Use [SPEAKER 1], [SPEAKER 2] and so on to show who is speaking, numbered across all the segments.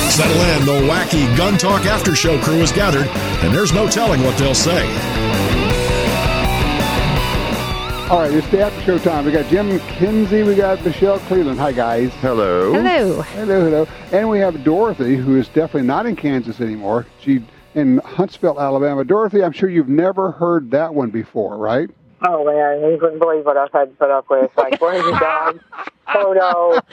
[SPEAKER 1] the wacky Gun Talk After Show crew is gathered, and there's no telling what they'll say.
[SPEAKER 2] All right, it's the after show time. We got Jim Kinsey, we got Michelle Cleveland. Hi, guys.
[SPEAKER 3] Hello.
[SPEAKER 4] Hello.
[SPEAKER 2] Hello, hello. And we have Dorothy, who is definitely not in Kansas anymore. She in Huntsville, Alabama. Dorothy, I'm sure you've never heard that one before, right?
[SPEAKER 5] Oh man, you couldn't believe what I've had to put up with. Like, where's your dog? Oh, Toto,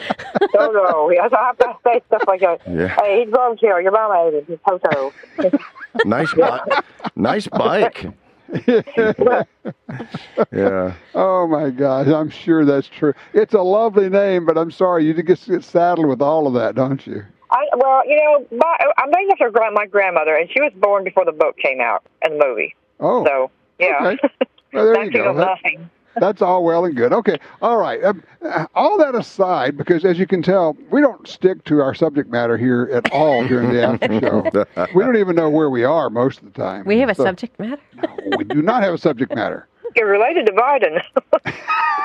[SPEAKER 5] Toto. Oh, Yes, I have to say stuff like that.
[SPEAKER 3] Yeah.
[SPEAKER 5] Hey, he's going to kill your mama. ate it. Toto.
[SPEAKER 3] Nice bike. nice bike. yeah.
[SPEAKER 2] Oh my gosh, I'm sure that's true. It's a lovely name, but I'm sorry you just get saddled with all of that, don't you?
[SPEAKER 5] I, well, you know, my, I'm named after gra- my grandmother, and she was born before the book came out in the movie.
[SPEAKER 2] Oh,
[SPEAKER 5] So, yeah.
[SPEAKER 2] Okay. Well, there
[SPEAKER 5] that
[SPEAKER 2] you
[SPEAKER 5] took
[SPEAKER 2] go.
[SPEAKER 5] up
[SPEAKER 2] That-
[SPEAKER 5] nothing.
[SPEAKER 2] That's all well and good. Okay. All right. Um, uh, all that aside, because as you can tell, we don't stick to our subject matter here at all during the after show. We don't even know where we are most of the time.
[SPEAKER 4] We have a
[SPEAKER 2] So-
[SPEAKER 4] subject matter.
[SPEAKER 2] No, we do not have a subject matter.
[SPEAKER 5] You're related to Biden.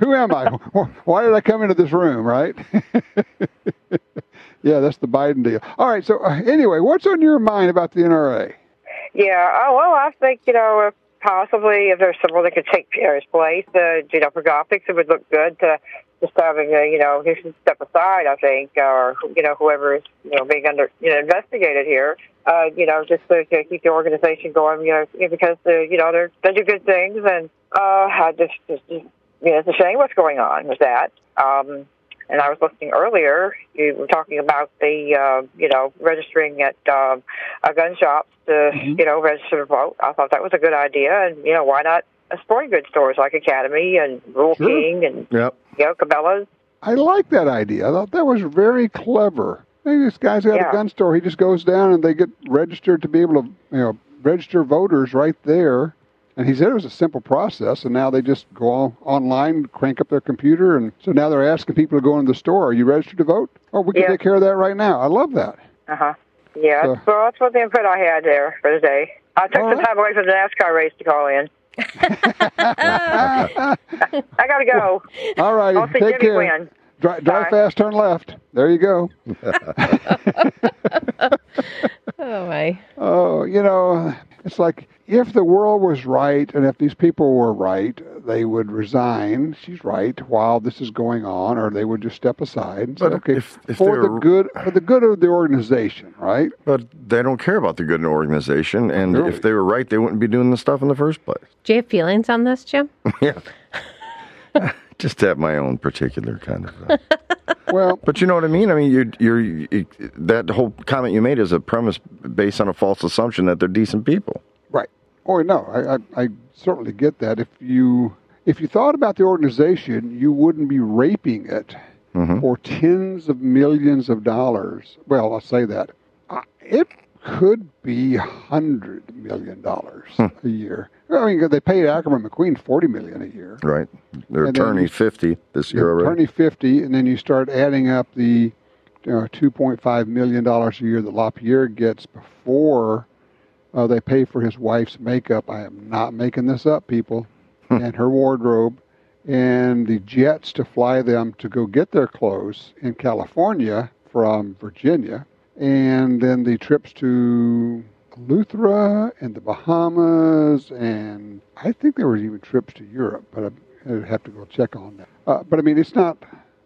[SPEAKER 2] Who am I? Wh- Why did I come into this room, right? yeah, that's the Biden deal. All right. So, uh, anyway, what's on your mind about the NRA?
[SPEAKER 5] yeah. Oh, well, I think, you know, if possibly if there's someone that could take Pierre's place, uh, you know, for Gothics, it would look good to just having, a, you know, who should step aside, I think, or, you know, whoever is, you know, being under, you know, investigated here, uh, you know, just to, to keep the organization going, you know, because, uh, you know, they're, they do good things. And, uh, I just, just, you know, it's a shame what's going on with that. Um, and I was listening earlier. You were talking about the, uh, you know, registering at um, a gun shops to,
[SPEAKER 2] Mm-hmm.
[SPEAKER 5] you know, register to vote. I thought that was a good idea, and you know, why not a sporting goods stores like Academy and Rule
[SPEAKER 2] Sure.
[SPEAKER 5] King and
[SPEAKER 3] Yep.
[SPEAKER 5] you know Cabela's?
[SPEAKER 2] I like that idea. I thought that was very clever. Maybe this guy's got
[SPEAKER 5] Yeah.
[SPEAKER 2] a gun store. He just goes down and they get registered to be able to, you know, register voters right there. And he said it was a simple process, and now they just go on, online, crank up their computer, and so now they're asking people to go into the store. Are you registered to vote? Oh, we can
[SPEAKER 5] Yeah.
[SPEAKER 2] take care of that right now. I love that.
[SPEAKER 5] Uh huh. Yeah.
[SPEAKER 2] So-
[SPEAKER 5] well, that's what the input I had there for today. I took
[SPEAKER 2] All
[SPEAKER 5] the
[SPEAKER 2] right.
[SPEAKER 5] time away from the NASCAR race to call in. I gotta go.
[SPEAKER 2] All right,
[SPEAKER 5] I'll see
[SPEAKER 2] take
[SPEAKER 5] Jimmy
[SPEAKER 2] care.
[SPEAKER 5] win.
[SPEAKER 2] Dri- drive
[SPEAKER 5] Bye.
[SPEAKER 2] fast, turn left. There you go.
[SPEAKER 4] Oh my.
[SPEAKER 2] Oh, you know, it's like if the world was right and if these people were right, they would resign. She's right while this is going on, or they would just step aside and say,
[SPEAKER 3] But
[SPEAKER 2] "Okay,
[SPEAKER 3] if- if
[SPEAKER 2] for the
[SPEAKER 3] they're-
[SPEAKER 2] good for the good of the organization, right?"
[SPEAKER 3] But they don't care about the good in the organization, and
[SPEAKER 2] Really?
[SPEAKER 3] if they were right, they wouldn't be doing this stuff in the first place.
[SPEAKER 4] Do you have feelings on this, Jim?
[SPEAKER 3] Yeah. Just have my own particular kind of. uh,
[SPEAKER 2] Well,
[SPEAKER 3] But you know what I mean? I mean, you're, you're, you, that whole comment you made is a premise based on a false assumption that they're decent people.
[SPEAKER 2] Right. Oh no, I, I, I certainly get that. If you if you thought about the organization, you wouldn't be raping it for tens of millions of dollars. Well, I say that Uh, it could be hundred million dollars a year. I mean, they paid Ackerman McQueen forty million a year.
[SPEAKER 3] Right. They're
[SPEAKER 2] And then-
[SPEAKER 3] turning 50 this year
[SPEAKER 2] You're
[SPEAKER 3] already.
[SPEAKER 2] turning fifty, and then you start adding up the uh, two point five million dollars a year that Lapierre gets before uh, they pay for his wife's makeup. I am not making this up, people,
[SPEAKER 3] Hmm.
[SPEAKER 2] and her wardrobe, and the jets to fly them to go get their clothes in California from Virginia, and then the trips to. Luthra and the Bahamas, and I think there were even trips to Europe, but I, I'd have to go check on that. Uh, but I mean, it's not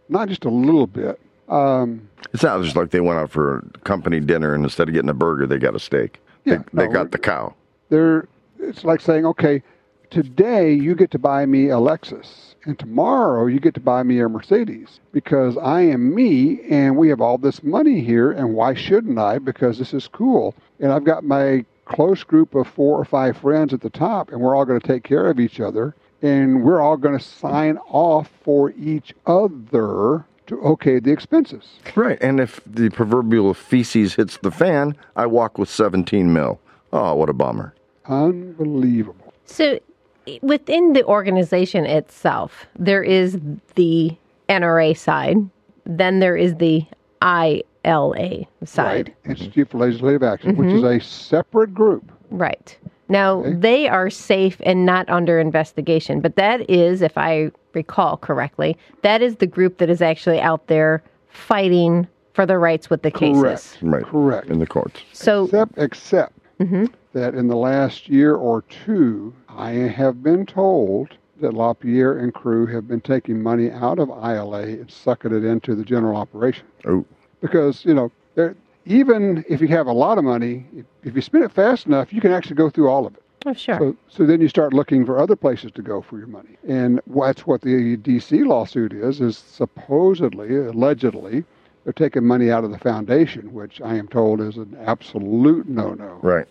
[SPEAKER 2] not just a little bit. Um,
[SPEAKER 3] It's not just like they went out for a company dinner and instead of getting a burger, they got a steak.
[SPEAKER 2] Yeah, Oh,
[SPEAKER 3] they, they
[SPEAKER 2] no,
[SPEAKER 3] got the cow.
[SPEAKER 2] there, it's like saying, okay, today you get to buy me a Lexus, and tomorrow you get to buy me a Mercedes because I am me, and we have all this money here, and why shouldn't I? Because this is cool, and I've got my close group of four or five friends at the top, and we're all going to take care of each other, and we're all going to sign off for each other to okay the expenses.
[SPEAKER 3] Right. And if the proverbial feces hits the fan, I walk with 17 mil. Oh, what a bummer.
[SPEAKER 2] Unbelievable.
[SPEAKER 4] So, i- within the organization itself, there is the NRA side, then there is the ILA side.
[SPEAKER 2] Right. Institute for Legislative Action, which is a separate group.
[SPEAKER 4] Right. Now, they are safe and not under investigation, but that is, if I recall correctly, that is the group that is actually out there fighting for the rights with the cases.
[SPEAKER 2] Correct.
[SPEAKER 3] Right.
[SPEAKER 2] Correct.
[SPEAKER 3] In the courts.
[SPEAKER 4] So
[SPEAKER 2] Except, except that in the last year or two, I have been told that LaPierre and crew have been taking money out of ILA and sucking it into the general operation.
[SPEAKER 3] Oh,
[SPEAKER 2] Because, you know, there, even if you have a lot of money, if, if you spend it fast enough, you can actually go through all of it.
[SPEAKER 4] oh, sure.
[SPEAKER 2] So, so then you start looking for other places to go for your money. And that's what the DC lawsuit is, is supposedly, allegedly, they're taking money out of the foundation, which I am told is an absolute no-no.
[SPEAKER 3] right.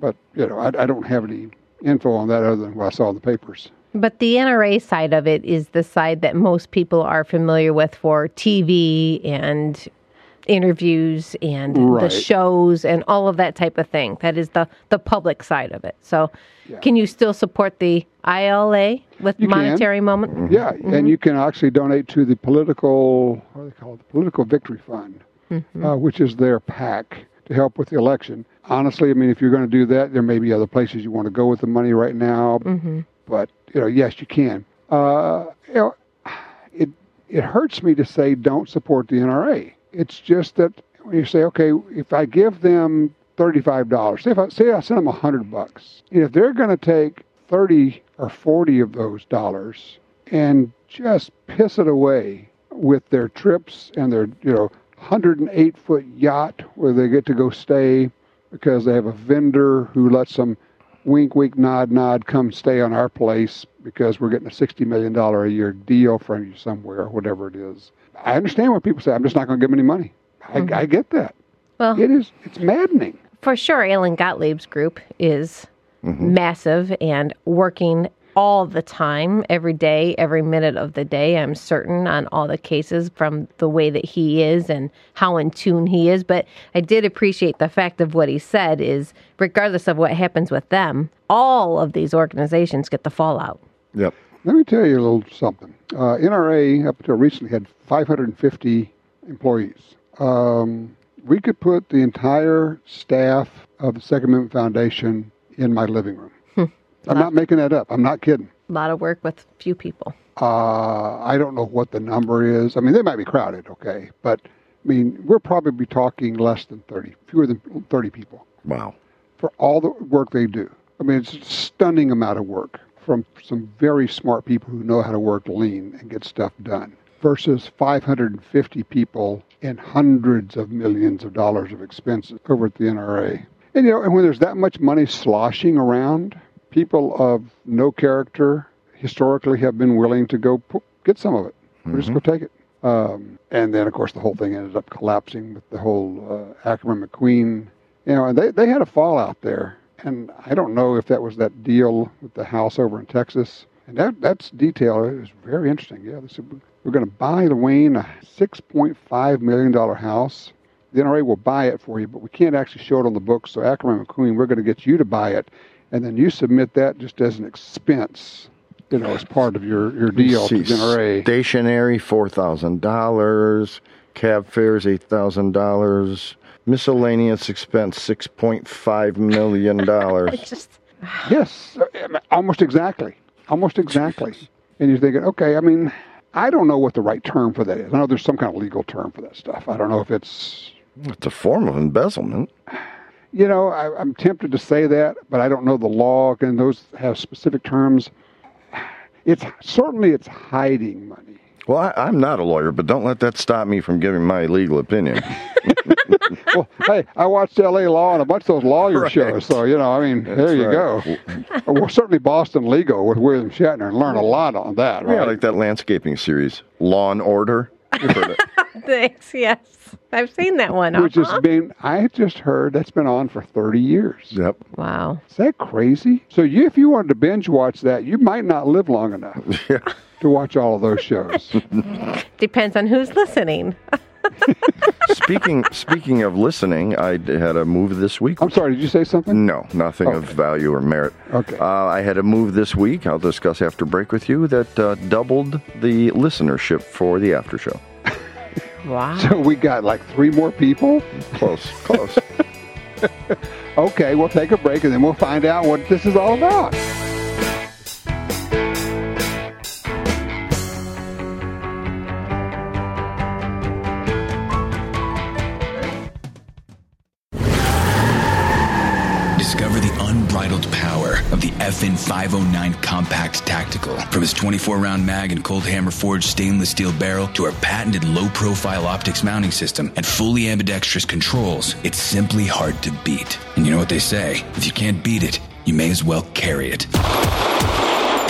[SPEAKER 2] But, you know, I, I don't have any info on that other than what I saw in the papers.
[SPEAKER 4] But the NRA side of it is the side that most people are familiar with for TV and interviews and the
[SPEAKER 2] Right.
[SPEAKER 4] shows and all of that type of thing. That is the, the public side of it. So, can you still support the ILA with
[SPEAKER 2] You can.
[SPEAKER 4] monetary moment?
[SPEAKER 2] Yeah, and you can actually donate to the political, what do they call it, the Political Victory Fund, uh, which is their PAC to help with the election. Honestly, I mean, if you're going to do that, there may be other places you want to go with the money right now. But you know, yes, you can. Uh, you know, it it hurts me to say don't support the NRA. It's just that when you say, okay, if I give them thirty-five dollars, say if I say I send them hundred bucks, and if they're going to take thirty or forty of those dollars and just piss it away with their trips and their you know hundred and eight foot yacht where they get to go stay because they have a vendor who lets them wink, wink, nod, nod, come stay on our place because we're getting a $60 million a year deal from you somewhere, whatever it is. I understand when people say, I'm just not going to give them any money. I, I get that.
[SPEAKER 4] Well,
[SPEAKER 2] It is, it's maddening.
[SPEAKER 4] for sure, Alan Gottlieb's group is massive and working all the time, every day, every minute of the day. I'm certain on all the cases from the way that he is and how in tune he is. But I did appreciate the fact of what he said is regardless of what happens with them, all of these organizations get the fallout.
[SPEAKER 3] Yep.
[SPEAKER 2] Let me tell you a little something. Uh, NRA, up until recently, had 550 employees. Um, we could put the entire staff of the Second Amendment Foundation in my living room. I'm not making that up. I'm not kidding.
[SPEAKER 4] A lot of work with few people.
[SPEAKER 2] Uh, I don't know what the number is. I mean, they might be crowded, okay, but I mean, we're probably talking less than 30, fewer than 30 people
[SPEAKER 3] Wow.
[SPEAKER 2] for all the work they do. I mean, it's a stunning amount of work from some very smart people who know how to work lean and get stuff done versus 550 people and hundreds of millions of dollars of expenses over at the NRA. And you know, and when there's that much money sloshing around, people of no character historically have been willing to go pu- get some of it. We're just going to take it. Um, and then, of course, the whole thing ended up collapsing with the whole uh, Ackerman McQueen you know, and they, they had a fallout there. And I don't know if that was that deal with the house over in Texas. And that that's detail. It was very interesting. Yeah, they said, we're going to buy Wayne a $6.5 million house. The NRA will buy it for you, but we can't actually show it on the books. So Ackerman McQueen, we're going to get you to buy it. And then you submit that just as an expense, you know, as part of your, your deal to
[SPEAKER 3] See,
[SPEAKER 2] the NRA.
[SPEAKER 3] Stationery, $4,000. Cab fares, $8,000. Miscellaneous expense, $6.5 million.
[SPEAKER 4] It's just
[SPEAKER 2] Yes, almost exactly. Almost exactly. And you're thinking, okay, I mean, I don't know what the right term for that is. I know there's some kind of legal term for that stuff. I don't know if it's,
[SPEAKER 3] it's a form of embezzlement.
[SPEAKER 2] you know, I, I'm tempted to say that, but I don't know the law, and those have specific terms. It's certainly it's hiding money.
[SPEAKER 3] Well, I, I'm not a lawyer, but don't let that stop me from giving my legal opinion.
[SPEAKER 2] Well, hey, I watched L.A. Law and a bunch of those lawyer
[SPEAKER 3] Right.
[SPEAKER 2] shows, so you know, I mean, there you go. well, certainly Boston Legal with William Shatner, and learned a lot on that,
[SPEAKER 3] Yeah,
[SPEAKER 2] right?
[SPEAKER 3] like that landscaping series, Law and Order.
[SPEAKER 4] thanks. Yes. I've seen that one. uh-huh.
[SPEAKER 2] Which has been, I just heard that's been on for 30 years.
[SPEAKER 3] yep.
[SPEAKER 4] Wow.
[SPEAKER 2] Is that crazy? So, you, if you wanted to binge watch that, you might not live long enough to watch all of those shows.
[SPEAKER 4] Depends on who's listening.
[SPEAKER 3] Speaking speaking of listening, I d- had a move this week.
[SPEAKER 2] I'm sorry, did you say something?
[SPEAKER 3] No, nothing of value or merit.
[SPEAKER 2] Okay.
[SPEAKER 3] Uh, I had a move this week. I'll discuss after break with you that uh, doubled the listenership for the after show.
[SPEAKER 4] Wow.
[SPEAKER 3] Mm.
[SPEAKER 2] So, we got like three more people?
[SPEAKER 3] Close, close.
[SPEAKER 2] Okay, we'll take a break and then we'll find out what this is all about.
[SPEAKER 6] FN509 Compact Tactical. From its 24 round mag and cold hammer forged stainless steel barrel to our patented low profile optics mounting system and fully ambidextrous controls, it's simply hard to beat. And you know what they say if you can't beat it, you may as well carry it.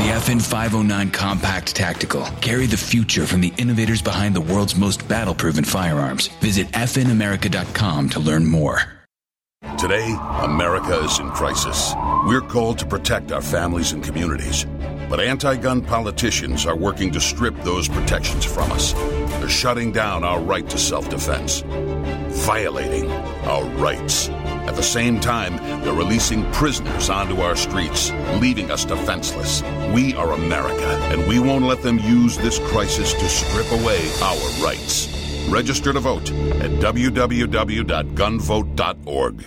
[SPEAKER 6] The FN 509 Compact Tactical. Carry the future from the innovators behind the world's most battle proven firearms. Visit FNAmerica.com to learn more.
[SPEAKER 7] Today, America is in crisis. We're called to protect our families and communities. But anti gun politicians are working to strip those protections from us. They're shutting down our right to self defense, violating our rights. At the same time, they're releasing prisoners onto our streets, leaving us defenseless. We are America, and we won't let them use this crisis to strip away our rights. Register to vote at www.gunvote.org.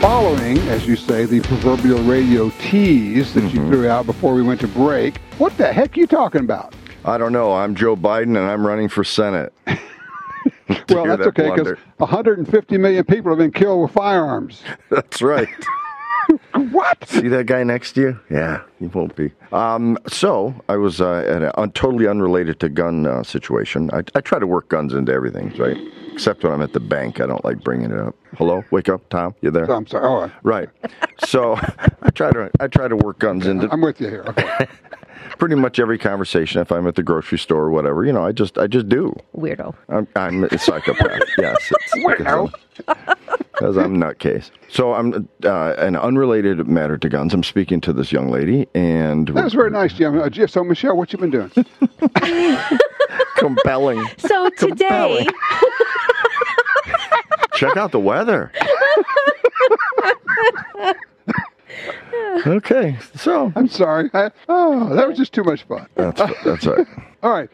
[SPEAKER 2] Following, as you say, the proverbial radio tease that
[SPEAKER 3] Mm-hmm.
[SPEAKER 2] you threw out before we went to break, what the heck are you talking about?
[SPEAKER 3] I don't know. I'm Joe Biden, and I'm running for Senate. To
[SPEAKER 2] Well,
[SPEAKER 3] hear
[SPEAKER 2] that's
[SPEAKER 3] that
[SPEAKER 2] okay because
[SPEAKER 3] blunder.
[SPEAKER 2] 150 million people have been killed with firearms.
[SPEAKER 3] that's right.
[SPEAKER 2] What?
[SPEAKER 3] See that guy next to you? Yeah, he won't be. Um, so I was uh, at a, on totally unrelated to gun uh, situation. I, I try to work guns into everything, right? Except when I'm at the bank, I don't like bringing it up. Hello, wake up, Tom. You there?
[SPEAKER 2] I'm sorry. Oh,
[SPEAKER 3] Right. So I try to I try to work guns into
[SPEAKER 2] I'm with you here. Okay.
[SPEAKER 3] pretty much every conversation. If I'm at the grocery store or whatever, you know, I just I just do.
[SPEAKER 4] Weirdo.
[SPEAKER 3] I'm, I'm a psychopath. yes, it's because I'm nutcase. So I'm uh, an unrelated matter to guns. I'm speaking to this young lady, and
[SPEAKER 2] That was very nice, Jim. Uh, Jim, so, Michelle, what you been doing?
[SPEAKER 3] compelling.
[SPEAKER 4] So today,
[SPEAKER 3] Check out the weather. okay, so
[SPEAKER 2] I'm sorry. I, oh, that was just too much fun.
[SPEAKER 3] that's that's all right.
[SPEAKER 2] All right.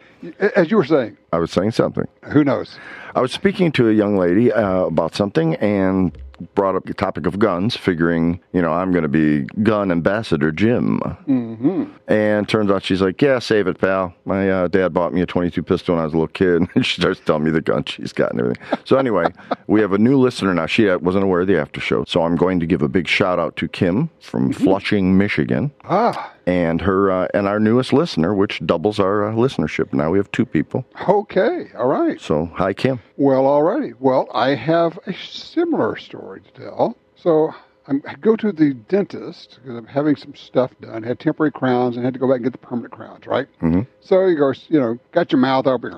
[SPEAKER 2] As you were saying,
[SPEAKER 3] I was saying something.
[SPEAKER 2] who knows?
[SPEAKER 3] I was speaking to a young lady uh, about something and brought up the topic of guns, figuring, you know, I'm going to be gun ambassador Jim. Mm-hmm. And turns out she's like, yeah, save it, pal. My uh, dad bought me a 22 pistol when I was a little kid. And she starts telling me the gun she's got and everything. So anyway, we have a new listener now. She uh, wasn't aware of the after show. So I'm going to give a big shout out to Kim from Flushing, Michigan
[SPEAKER 2] Ah,
[SPEAKER 3] and her uh, and our newest listener, which doubles our uh, listenership. Now we have two people.
[SPEAKER 2] okay. All right.
[SPEAKER 3] So hi, Kim.
[SPEAKER 2] Well, alrighty. Well, I have a similar story to tell. So I'm, I go to the dentist because I'm having some stuff done. had temporary crowns and had to go back and get the permanent crowns, right? Mm-hmm. So you go, you know, got your mouth open.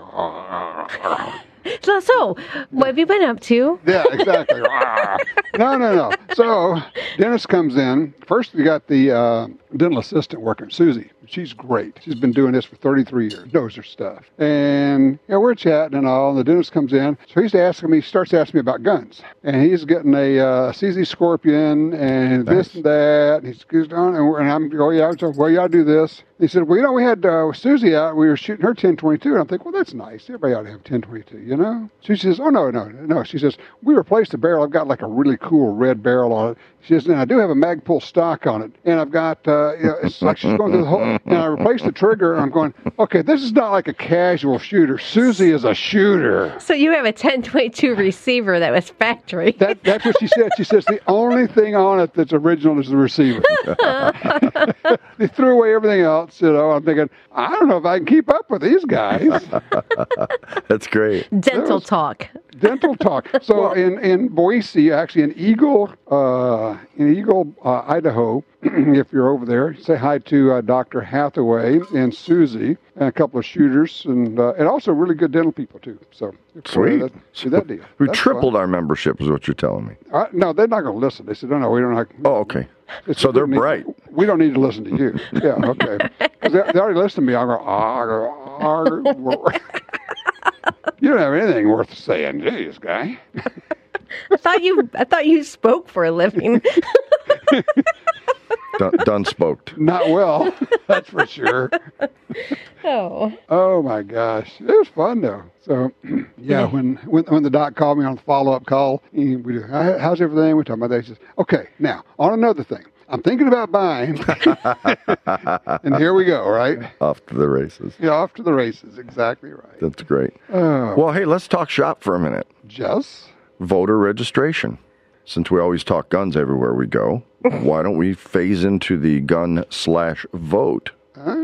[SPEAKER 4] so, so what have you been up to?
[SPEAKER 2] Yeah, exactly. no, no, no. So dentist comes in. First, we got the uh, dental assistant working, Susie. She's great. She's been doing this for 33 years, knows her stuff. And you know, we're chatting and all. And the dentist comes in. So he's asking me, he starts asking me about guns. And he's getting a uh, CZ Scorpion and this and that. And he's, he's on, and, we're, and I'm going, yeah, so, well, yeah, I do this. He said, well, you know, we had uh, Susie out. We were shooting her 1022. And I'm thinking, well, that's nice. Everybody ought to have 1022, you know? She says, oh, no, no, no. She says, we replaced the barrel. I've got like a really cool red barrel on it. She says, and I do have a Magpul stock on it. And I've got, uh, you know, it's like she's going through the whole, and I replaced the trigger. And I'm going, okay, this is not like a casual shooter. Susie is a shooter.
[SPEAKER 4] So you have a 1022 receiver that was factory.
[SPEAKER 2] That, that's what she said. She says the only thing on it that's original is the receiver. they threw away everything else, you know. I'm thinking, I don't know if I can keep up with these guys.
[SPEAKER 3] That's great.
[SPEAKER 4] Dental talk.
[SPEAKER 2] Dental talk. So in, in Boise, actually in Eagle, uh, in Eagle, uh, Idaho, if you're over there, say hi to uh, Dr. Hathaway and Susie and a couple of shooters and uh, and also really good dental people too. So uh,
[SPEAKER 3] Sweet.
[SPEAKER 2] that, see that deal.
[SPEAKER 3] We
[SPEAKER 2] That's fun.
[SPEAKER 3] tripled our membership, is what you're telling me.
[SPEAKER 2] Uh, no, they're not going to listen. They said, no, no, we don't. Have,
[SPEAKER 3] Oh, okay. So
[SPEAKER 2] we
[SPEAKER 3] they're
[SPEAKER 2] don't need-
[SPEAKER 3] bright.
[SPEAKER 2] We don't need to listen to you. Yeah, okay. 'Cause they, they already listened to me. I go, arr, arr, arr. You don't have anything worth saying, geez, guy.
[SPEAKER 4] I thought you I thought you spoke for a living.
[SPEAKER 3] Dun, done spoked.
[SPEAKER 2] Not well, that's for sure.
[SPEAKER 4] oh.
[SPEAKER 2] Oh my gosh, it was fun though. So, yeah, when when, when the doc called me on the follow up call, he- we do, "How- how's everything? We're talking about that. He says, okay, now on another thing. I'm thinking about buying, and here we go. Right,
[SPEAKER 3] Off to the races.
[SPEAKER 2] yeah, off to the races. Exactly right. Oh.
[SPEAKER 3] That's great. Well, hey, let's talk shop for a minute.
[SPEAKER 2] Jess.
[SPEAKER 3] voter registration. Since we always talk guns everywhere we go, why don't we phase into the gun slash vote
[SPEAKER 2] Ah.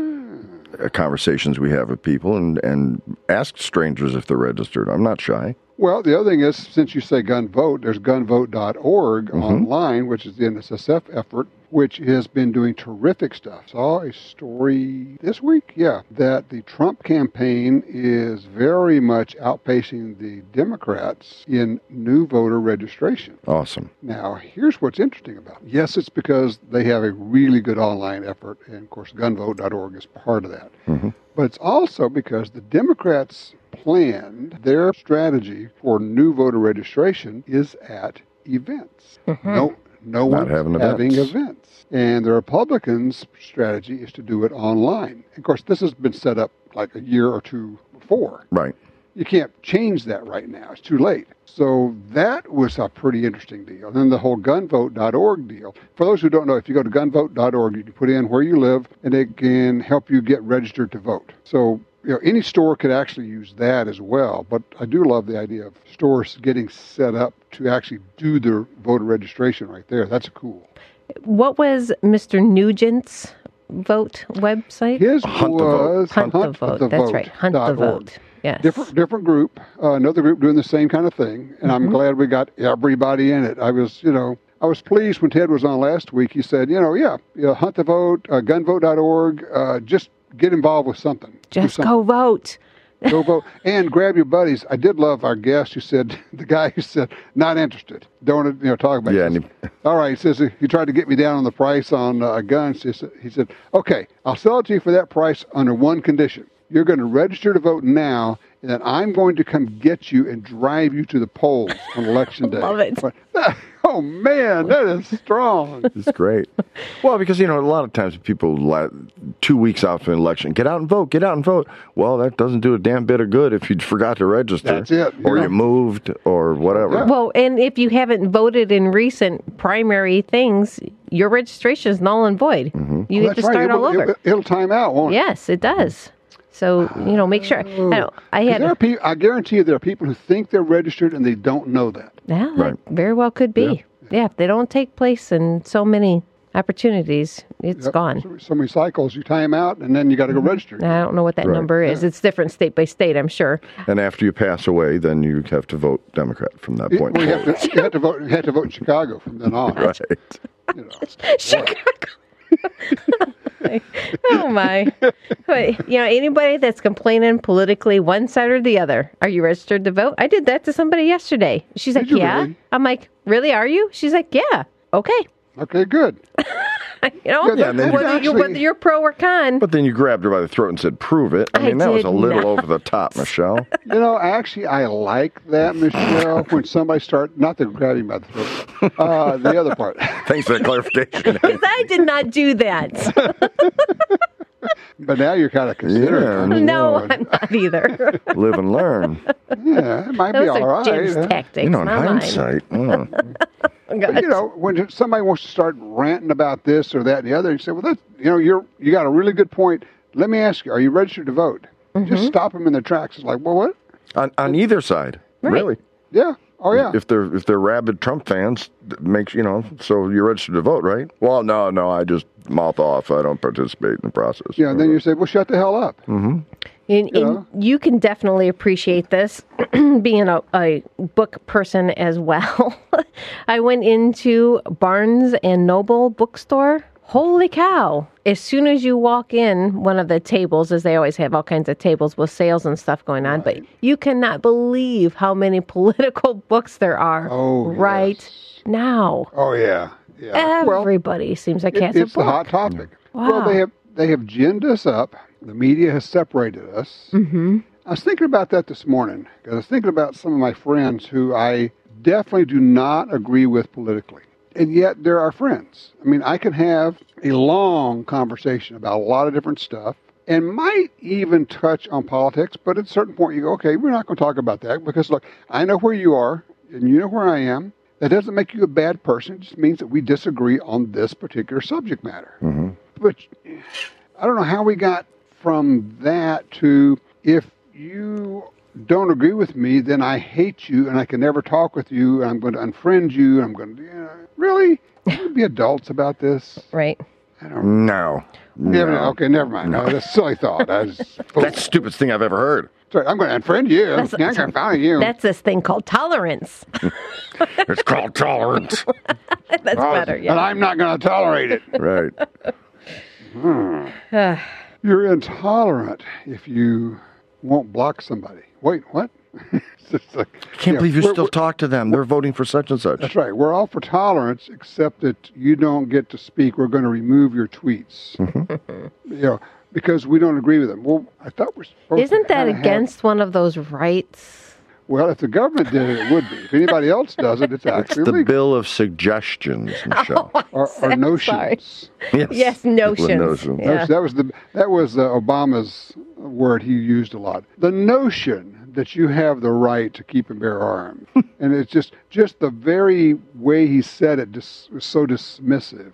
[SPEAKER 3] uh, conversations we have with people and, and ask strangers if they're registered? I'm not shy.
[SPEAKER 2] Well, the other thing is, since you say gun vote, there's gunvote.org online, which is the NSSF effort, which has been doing terrific stuff. Saw a story this week, yeah, that the Trump campaign is very much outpacing the Democrats in new voter registration.
[SPEAKER 3] Awesome.
[SPEAKER 2] Now, here's what's interesting about it. Yes, it's because they have a really good online effort, and of course, gunvote.org is part of that.
[SPEAKER 3] Mm-hmm.
[SPEAKER 2] But it's also because the Democrats planned their strategy for new voter registration is at events. No, no
[SPEAKER 3] Mm-hmm. Not
[SPEAKER 2] one
[SPEAKER 3] having events.
[SPEAKER 2] having events. And the Republicans' strategy is to do it online. Of course, this has been set up like a year or two before.
[SPEAKER 3] Right.
[SPEAKER 2] You can't change that right now. It's too late. So that was a pretty interesting deal. And then the whole gunvote.org deal. For those who don't know, if you go to gunvote.org, you can put in where you live and it can help you get registered to vote. So you know, any store could actually use that as well. But I do love the idea of stores getting set up to actually do their voter registration right there. That's cool.
[SPEAKER 4] What was Mr. Nugent's vote website?
[SPEAKER 2] His
[SPEAKER 3] Hunt the vote.
[SPEAKER 2] was
[SPEAKER 4] Hunt, the vote. That's right. Hunt the
[SPEAKER 2] dot org.
[SPEAKER 4] vote. Yes.
[SPEAKER 2] different different group, uh, another group doing the same kind of thing, and I'm glad we got everybody in it. I was, you know, I was pleased when Ted was on last week. He said, you know, yeah, you know, hunt the vote, uh, gunvote.org, uh, just get involved with something. Do
[SPEAKER 4] Just
[SPEAKER 2] something.
[SPEAKER 4] go vote.
[SPEAKER 2] Go vote and grab your buddies. I did love our guest who said the guy who said not interested. Don't want to you know talk about.
[SPEAKER 3] Yeah,
[SPEAKER 2] it.
[SPEAKER 3] and he-
[SPEAKER 2] all right. He says he tried to get me down on the price on uh, guns. He said, he said, okay, I'll sell it to you for that price under one condition: you're going to register to vote now, and then I'm going to come get you and drive you to the polls on election day.
[SPEAKER 4] Love it.
[SPEAKER 2] But- oh man, that is strong.
[SPEAKER 3] It's great. well, because you know, a lot of times people la- two weeks after an election, get out and vote, get out and vote. Well, that doesn't do a damn bit of good if you forgot to register,
[SPEAKER 2] That's it, you
[SPEAKER 3] or
[SPEAKER 2] know.
[SPEAKER 3] you moved, or whatever.
[SPEAKER 2] Yeah.
[SPEAKER 4] Well, and if you haven't voted in recent primary things, your registration is null and void. You have to
[SPEAKER 2] Mm-hmm. Oh, That's right.
[SPEAKER 4] start
[SPEAKER 2] It'll-
[SPEAKER 4] all over.
[SPEAKER 2] It'll, it'll time out, won't it?
[SPEAKER 4] yes, it does. So you know, make sure. I, know, I
[SPEAKER 2] Because
[SPEAKER 4] had
[SPEAKER 2] There are pe- I guarantee you, there are people who think they're registered and they don't know that.
[SPEAKER 4] Yeah, that
[SPEAKER 3] Right.
[SPEAKER 4] very well could be. Yeah. if they don't take place in so many opportunities, it's
[SPEAKER 2] Yep.
[SPEAKER 4] gone.
[SPEAKER 2] So, so many cycles. You time out, and then you got to go
[SPEAKER 3] Mm-hmm.
[SPEAKER 2] register.
[SPEAKER 4] I don't know what that
[SPEAKER 3] Right.
[SPEAKER 4] number is. It's different state by state, I'm sure.
[SPEAKER 3] And after you pass away, then you have to vote Democrat from that
[SPEAKER 2] You,
[SPEAKER 3] point.
[SPEAKER 2] well, you,
[SPEAKER 3] forward.
[SPEAKER 2] have to, you have to vote. You have to vote in Chicago from then on.
[SPEAKER 3] Right.
[SPEAKER 2] You know.
[SPEAKER 4] Chicago. oh my! But you know, anybody that's complaining politically, one side or the other, are you registered to vote? I did that to somebody yesterday. She's like,
[SPEAKER 2] you
[SPEAKER 4] "Yeah."
[SPEAKER 2] really?
[SPEAKER 4] I'm like, "Really? Are you?" She's like, "Yeah." Okay.
[SPEAKER 2] Okay, good.
[SPEAKER 4] You know,
[SPEAKER 2] Yeah, that-
[SPEAKER 3] that
[SPEAKER 4] whether,
[SPEAKER 2] actually-
[SPEAKER 4] you, whether you're pro or con,
[SPEAKER 3] But then you grabbed her by the throat and said, "Prove it." I
[SPEAKER 4] I
[SPEAKER 3] mean, that was a
[SPEAKER 4] did
[SPEAKER 3] little
[SPEAKER 4] not.
[SPEAKER 3] over the top, Michelle.
[SPEAKER 2] You know, actually, I like that, Michelle. when somebody start not the grabbing by the throat, uh, the other part.
[SPEAKER 3] Thanks for that clarification.
[SPEAKER 4] because I did not do that.
[SPEAKER 2] But now you're kind of considering.
[SPEAKER 3] Yeah.
[SPEAKER 2] aren't you?
[SPEAKER 4] No,
[SPEAKER 2] Lord.
[SPEAKER 4] I'm not either.
[SPEAKER 3] Live and learn.
[SPEAKER 2] yeah, it might be
[SPEAKER 4] Those
[SPEAKER 2] all
[SPEAKER 4] are
[SPEAKER 2] right. Uh,
[SPEAKER 4] Jim's
[SPEAKER 2] huh?
[SPEAKER 4] tactics.
[SPEAKER 3] You know, in
[SPEAKER 4] not mine. Oh,
[SPEAKER 3] hindsight, mm,
[SPEAKER 4] God.
[SPEAKER 2] you know, when somebody wants to start ranting about this or that and the other, you say, "Well, that's you know, you're you got a really good point." Let me ask you: Are you registered to vote?
[SPEAKER 4] Mm-hmm.
[SPEAKER 2] Just stop them in their tracks. It's like, well, what?
[SPEAKER 3] on, on either side,
[SPEAKER 4] Right.
[SPEAKER 3] really.
[SPEAKER 2] Yeah. Oh, yeah.
[SPEAKER 3] If they're if they're rabid Trump fans, th- make you know. So you're registered to vote, right? Well, no, no. I just mouth off. I don't participate in the process.
[SPEAKER 2] yeah. And then you say, well, shut the hell up.
[SPEAKER 4] And, and you can definitely appreciate this being a, a book person as well. I went into Barnes and Noble bookstore. Holy cow. As soon as you walk in, one of the tables, as they always have all kinds of tables with sales and stuff going on, but you cannot believe how many political books there are
[SPEAKER 2] Oh,
[SPEAKER 4] right now.
[SPEAKER 2] Oh, yeah. Yeah. well, it-
[SPEAKER 4] Everybody seems like has a
[SPEAKER 2] it's
[SPEAKER 4] book.
[SPEAKER 2] the hot topic.
[SPEAKER 4] Wow.
[SPEAKER 2] Well, they have they have ginned us up. The media has separated us. Mm-hmm. I was thinking about that this morning because I was thinking about some of my friends who I definitely do not agree with politically. And yet they're our friends. I mean, I can have a long conversation about a lot of different stuff and might even touch on politics, but at a certain point you go, okay, we're not going to talk about that because look, I know where you are and you know where I am. That doesn't make you a bad person. It just means that we disagree on this particular subject matter. But I don't know how we got from that to if you don't agree with me, then I hate you and I can never talk with you. I'm going to unfriend you. I'm going to, you know, really? Can we be adults about this?
[SPEAKER 4] right?
[SPEAKER 2] I don't
[SPEAKER 3] No.
[SPEAKER 2] Never,
[SPEAKER 3] No.
[SPEAKER 2] Okay, never mind. No, that's a silly thought. I was,
[SPEAKER 3] That's the stupidest thing I've ever heard.
[SPEAKER 2] sorry, I'm going to unfriend you. I'm going to find you.
[SPEAKER 4] That's this thing called tolerance.
[SPEAKER 3] It's called tolerance.
[SPEAKER 4] That's better.
[SPEAKER 2] And
[SPEAKER 4] Yeah.
[SPEAKER 2] Uh, I'm not going to tolerate it.
[SPEAKER 3] right.
[SPEAKER 2] You're intolerant if you won't block somebody. Wait, what? It's just like-
[SPEAKER 3] Can't
[SPEAKER 2] yeah,
[SPEAKER 3] believe you
[SPEAKER 2] we're-
[SPEAKER 3] still
[SPEAKER 2] we're-
[SPEAKER 3] talk to them. They're voting for such and such.
[SPEAKER 2] That's right. We're all for tolerance, except that you don't get to speak. We're going to remove your tweets. you know, because we don't agree with them. Well, I thought we're supposed. to
[SPEAKER 4] Isn't that
[SPEAKER 2] kinda have-
[SPEAKER 4] against one of those rights?
[SPEAKER 2] well, if the government did it, it would be. If anybody else does it, it's actually
[SPEAKER 3] The
[SPEAKER 2] legal.
[SPEAKER 3] bill of suggestions, Michelle.
[SPEAKER 2] or, or notions.
[SPEAKER 3] yes.
[SPEAKER 4] Yes,
[SPEAKER 3] The
[SPEAKER 4] notions.
[SPEAKER 3] notions.
[SPEAKER 4] Yeah.
[SPEAKER 2] That was the that was uh, Obama's word he used a lot. The notion that you have the right to keep and bear arms, and it's just just the very way he said it dis- was so dismissive.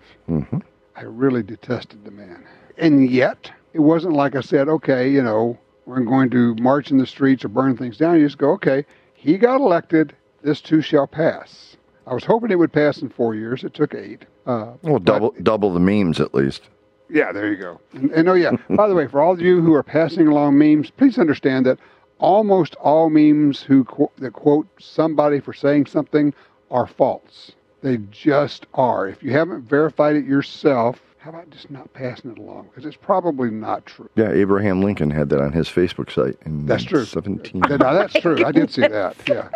[SPEAKER 2] I really detested the man, and yet it wasn't like I said, okay, you know, we're going to march in the streets or burn things down. You just go, okay, he got elected. This too shall pass. I was hoping it would pass in four years. It took eight. Uh,
[SPEAKER 3] Well, double double the memes at least.
[SPEAKER 2] yeah, there you go. And, and oh, yeah, by the way, for all of you who are passing along memes, please understand that almost all memes who qu- that quote somebody for saying something are false. They just are. If you haven't verified it yourself, how about just not passing it along? Because it's probably not true.
[SPEAKER 3] Yeah, Abraham Lincoln had that on his Facebook site in
[SPEAKER 2] That's true. Now,
[SPEAKER 3] 1715.
[SPEAKER 2] that's true. I did see that. Yeah,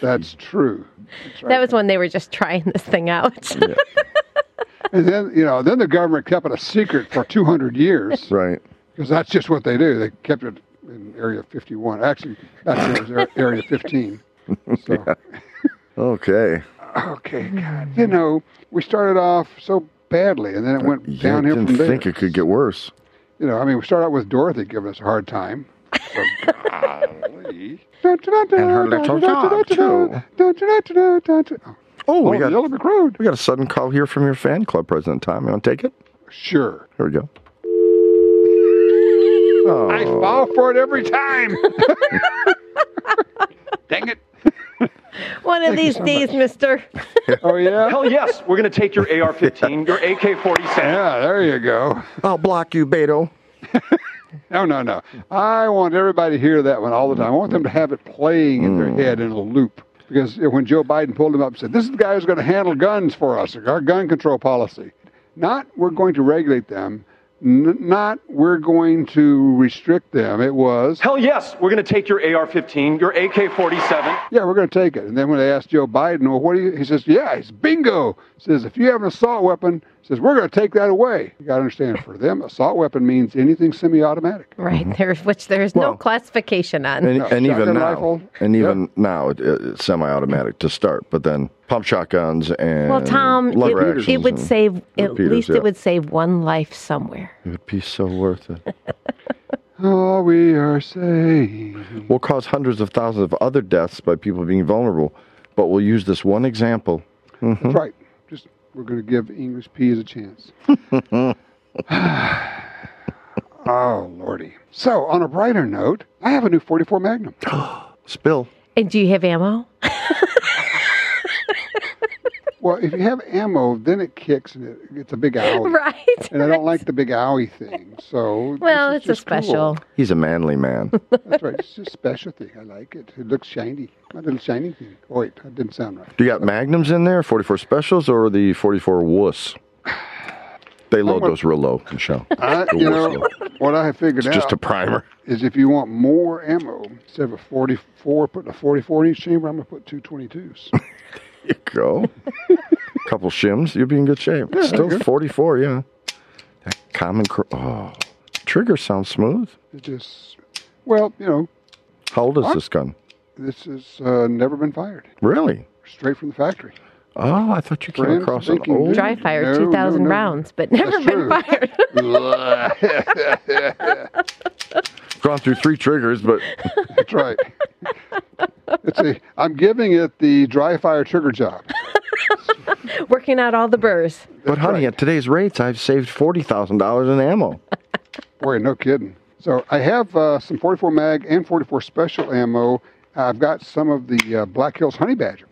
[SPEAKER 2] that's true.
[SPEAKER 4] That was when they were just trying this thing out.
[SPEAKER 2] And then, you know, then the government kept it a secret for 200 years.
[SPEAKER 3] right.
[SPEAKER 2] because that's just what they do. They kept it in Area 51. Actually, actually it was Ar- Area 15. So,
[SPEAKER 3] Okay.
[SPEAKER 2] okay, God, you know, we started off so badly, and then it went
[SPEAKER 3] Yeah,
[SPEAKER 2] downhill
[SPEAKER 3] didn't
[SPEAKER 2] from there.
[SPEAKER 3] think it could get worse.
[SPEAKER 2] You know, I mean, we started out with Dorothy giving us a hard time. So, golly. And her
[SPEAKER 3] little dog, too. Oh,
[SPEAKER 2] Oh,
[SPEAKER 3] we got
[SPEAKER 2] the Yellow Brick Road.
[SPEAKER 3] we got a sudden call here from your fan club president Tom. You want to take it?
[SPEAKER 2] Sure.
[SPEAKER 3] Here we go.
[SPEAKER 2] I fall for it every time. Dang it.
[SPEAKER 4] one of these days, mister.
[SPEAKER 2] Oh, yeah?
[SPEAKER 8] Hell yes, we're going to take your AR-15, your AK-47.
[SPEAKER 2] Yeah, there you go.
[SPEAKER 3] I'll block you, Beto.
[SPEAKER 2] No, no, no. I want everybody to hear that one all the time. I want them to have it playing in their head in a loop. Because when Joe Biden pulled him up and said, This is the guy who's going to handle guns for us, our gun control policy. Not we're going to regulate them, n- not we're going to restrict them. It was,
[SPEAKER 8] Hell yes, we're going to take your AR-15, your AK-47.
[SPEAKER 2] Yeah, we're going to take it. And then when they asked Joe Biden, Well, what do you, he says, Yeah, it's bingo. Says, If you have an assault weapon, says, We're going to take that away. You got to understand, for them, assault weapon means anything semi automatic.
[SPEAKER 4] Right there, which there is
[SPEAKER 3] Well,
[SPEAKER 4] no classification on.
[SPEAKER 3] And,
[SPEAKER 2] No,
[SPEAKER 3] and even
[SPEAKER 2] shotgun
[SPEAKER 3] now,
[SPEAKER 2] rifle.
[SPEAKER 3] and even now, it, it- it's semi-automatic to start, but then pump shotguns and
[SPEAKER 2] uh,
[SPEAKER 4] well, Tom,
[SPEAKER 3] lug
[SPEAKER 4] it,
[SPEAKER 3] ractions
[SPEAKER 4] it would
[SPEAKER 3] and-
[SPEAKER 4] save at
[SPEAKER 3] repeaters,
[SPEAKER 4] least
[SPEAKER 3] yeah.
[SPEAKER 4] it would save one life somewhere.
[SPEAKER 3] It would be so worth it.
[SPEAKER 2] All we are saying.
[SPEAKER 3] will cause hundreds of thousands of other deaths by people being vulnerable, but we'll use this one example.
[SPEAKER 2] That's
[SPEAKER 4] Mm-hmm.
[SPEAKER 2] right. Just we're going to give English peas a chance. oh lordy! So on a brighter note, I have a new 44 Magnum.
[SPEAKER 3] Spill.
[SPEAKER 4] And do you have ammo?
[SPEAKER 2] Well, if you have ammo, then it kicks and it, it's a big owie.
[SPEAKER 4] right.
[SPEAKER 2] And I don't like the big owie thing. So this
[SPEAKER 4] Well,
[SPEAKER 2] is
[SPEAKER 4] it's a
[SPEAKER 2] just cool.
[SPEAKER 4] special.
[SPEAKER 3] He's a manly man.
[SPEAKER 2] That's right. It's just a special thing. I like it. It looks shiny. My little shiny thing. Oh, wait, that didn't sound right.
[SPEAKER 3] Do you got magnums in there, 44 specials, or the 44 wuss? They load those real low, Michelle.
[SPEAKER 2] I,
[SPEAKER 3] The
[SPEAKER 2] you
[SPEAKER 3] wuss
[SPEAKER 2] know
[SPEAKER 3] load.
[SPEAKER 2] what I have figured
[SPEAKER 3] It's
[SPEAKER 2] out.
[SPEAKER 3] just a primer.
[SPEAKER 2] is if you want more ammo, instead of a 44, putting a 44 in each chamber, I'm going to put two 22s.
[SPEAKER 3] You go. couple shims, you'll be in good shape. Still 44, yeah. That common. Cr- oh, trigger sounds smooth.
[SPEAKER 2] it just, well, you know,
[SPEAKER 3] How old is this gun?
[SPEAKER 2] this has uh, never been fired.
[SPEAKER 3] Really?
[SPEAKER 2] Straight from the factory.
[SPEAKER 3] Oh, I thought you came
[SPEAKER 2] Friends
[SPEAKER 3] across an
[SPEAKER 2] thinking
[SPEAKER 3] old.
[SPEAKER 2] good.
[SPEAKER 4] Dry
[SPEAKER 2] No,
[SPEAKER 4] fired
[SPEAKER 2] no,
[SPEAKER 4] 2,000
[SPEAKER 2] no.
[SPEAKER 4] rounds, but never
[SPEAKER 2] That's
[SPEAKER 4] been
[SPEAKER 2] true.
[SPEAKER 4] fired.
[SPEAKER 3] Gone through three triggers, but
[SPEAKER 2] That's right. It's a, I'm giving it the dry fire trigger job.
[SPEAKER 4] Working out all the burrs.
[SPEAKER 3] But honey, at today's rates, I've saved forty thousand dollars in ammo.
[SPEAKER 2] Boy, no kidding. So I have uh, some 44 mag and 44 special ammo. I've got some of the uh, Black Hills Honey Badger.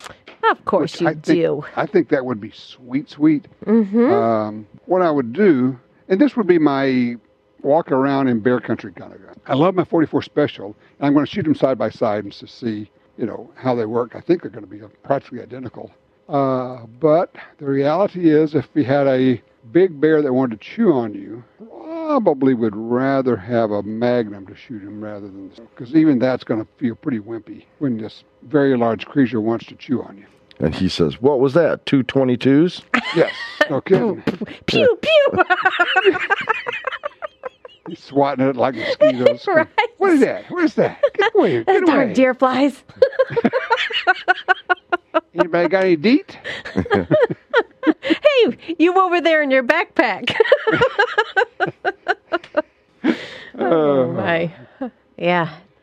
[SPEAKER 4] Of course you
[SPEAKER 2] I think,
[SPEAKER 4] do. Mm-hmm.
[SPEAKER 2] I think that would be sweet, sweet. Um, what I would do, and this would be my walk around in bear country kind of gun. I love my 44 special, and I'm going to shoot them side by side and to see, you know, how they work. I think they're going to be practically identical. Uh, but the reality is, if we had a big bear that wanted to chew on you, probably would rather have a magnum to shoot him rather than because even that's going to feel pretty wimpy when this very large creature wants to chew on you.
[SPEAKER 3] And he says, What was that? Two 22s?
[SPEAKER 2] Yes. No kidding.
[SPEAKER 4] Pew pew.
[SPEAKER 2] He's swatting it like mosquitoes.
[SPEAKER 4] Right.
[SPEAKER 2] What is that? What is that? Get away. Get
[SPEAKER 4] Those darn
[SPEAKER 2] away.
[SPEAKER 4] deer flies.
[SPEAKER 2] Anybody got any DEET?
[SPEAKER 4] Hey, you over there in your backpack. oh my. Yeah.
[SPEAKER 2] Uh-huh.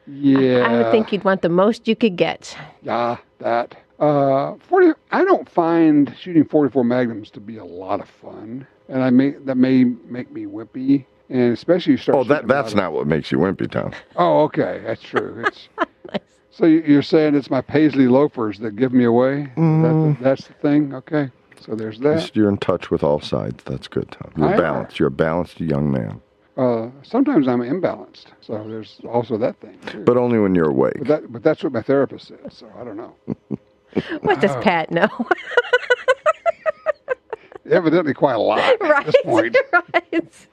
[SPEAKER 2] Yeah.
[SPEAKER 4] I would think you'd want the most you could get.
[SPEAKER 2] Yeah, that. Uh, 40, I don't find shooting 44 magnums to be a lot of fun. And I may, that may make me whippy. And especially you start.
[SPEAKER 3] Oh, that
[SPEAKER 2] shooting a lot
[SPEAKER 3] that's
[SPEAKER 2] of-
[SPEAKER 3] not what makes you wimpy, Tom.
[SPEAKER 2] Oh, okay. That's true. It's, So you- you're saying it's my Paisley loafers that give me away? That-
[SPEAKER 3] Mm-hmm.
[SPEAKER 2] that's the thing? Okay. So there's
[SPEAKER 3] At
[SPEAKER 2] that.
[SPEAKER 3] least you're in touch with all sides. That's good, Tom. You're
[SPEAKER 2] I am.
[SPEAKER 3] balanced. You're a balanced young man,
[SPEAKER 2] Uh, sometimes I'm imbalanced. So there's also that thing. Too.
[SPEAKER 3] but only when you're awake.
[SPEAKER 2] But that, but that's what my therapist says. So I don't know.
[SPEAKER 4] What does
[SPEAKER 2] Oh.
[SPEAKER 4] Pat know?
[SPEAKER 2] Evidently, quite a lot at this point.
[SPEAKER 4] right.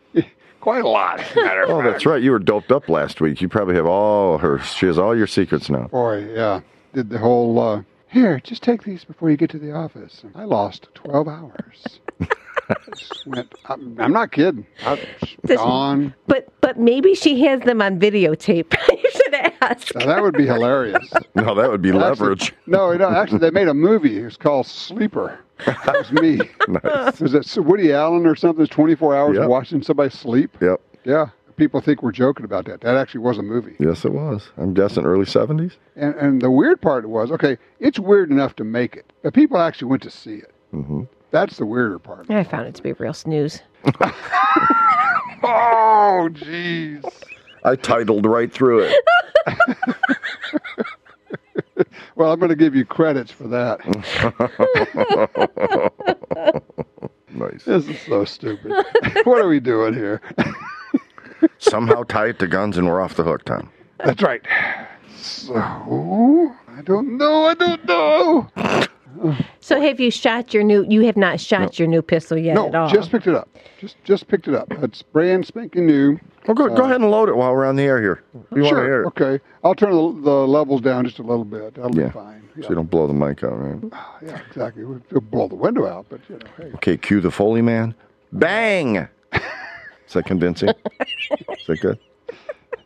[SPEAKER 2] Quite a lot. as a matter of
[SPEAKER 3] Oh,
[SPEAKER 2] fact.
[SPEAKER 3] that's right. You were doped up last week. You probably have all her. She has all your secrets now.
[SPEAKER 2] Boy, yeah. Did the whole uh, here? Just take these before you get to the office. I lost twelve hours. Just went- I'm, I'm not kidding. I,
[SPEAKER 4] Does-
[SPEAKER 2] gone.
[SPEAKER 4] But but maybe she has them on videotape. you should ask.
[SPEAKER 2] Now, that would be hilarious.
[SPEAKER 3] No, that would be leverage.
[SPEAKER 2] Actually, no, no. Actually, they made a movie. It was called Sleeper. That was me. Was it Woody Allen or something? Twenty four hours
[SPEAKER 3] Yep.
[SPEAKER 2] of watching somebody sleep.
[SPEAKER 3] Yep.
[SPEAKER 2] Yeah. People think we're joking about that. That actually was a movie.
[SPEAKER 3] Yes, it was. I'm guessing early 70s.
[SPEAKER 2] And, and the weird part was, okay, it's weird enough to make it, but people actually went to see it. Mm-hmm. That's the weirder part.
[SPEAKER 4] I found it to be a real snooze.
[SPEAKER 2] Oh, jeez.
[SPEAKER 3] I titled right through it.
[SPEAKER 2] Well, I'm going to give you credits for that.
[SPEAKER 3] Nice.
[SPEAKER 2] this is so stupid. what are we doing here?
[SPEAKER 3] Somehow tie it to guns and we're off the hook, Tom.
[SPEAKER 2] That's right. So, I don't know. I don't know.
[SPEAKER 4] So have you shot your new you have not shot your new pistol yet at
[SPEAKER 2] No,
[SPEAKER 4] all?
[SPEAKER 2] just picked it up. Just just picked it up. It's brand spanking new.
[SPEAKER 3] Well, go, go ahead and load it while we're on the air here. We want to hear it.
[SPEAKER 2] Okay. I'll turn the, the levels down just a little bit. That'll
[SPEAKER 3] Yeah.
[SPEAKER 2] be fine.
[SPEAKER 3] So
[SPEAKER 2] Yeah,
[SPEAKER 3] you don't blow the mic out, right?
[SPEAKER 2] yeah, exactly. We'll we'll blow the window out, but you know, hey.
[SPEAKER 3] Okay, cue the Foley man. Bang! Is that convincing? Is that good?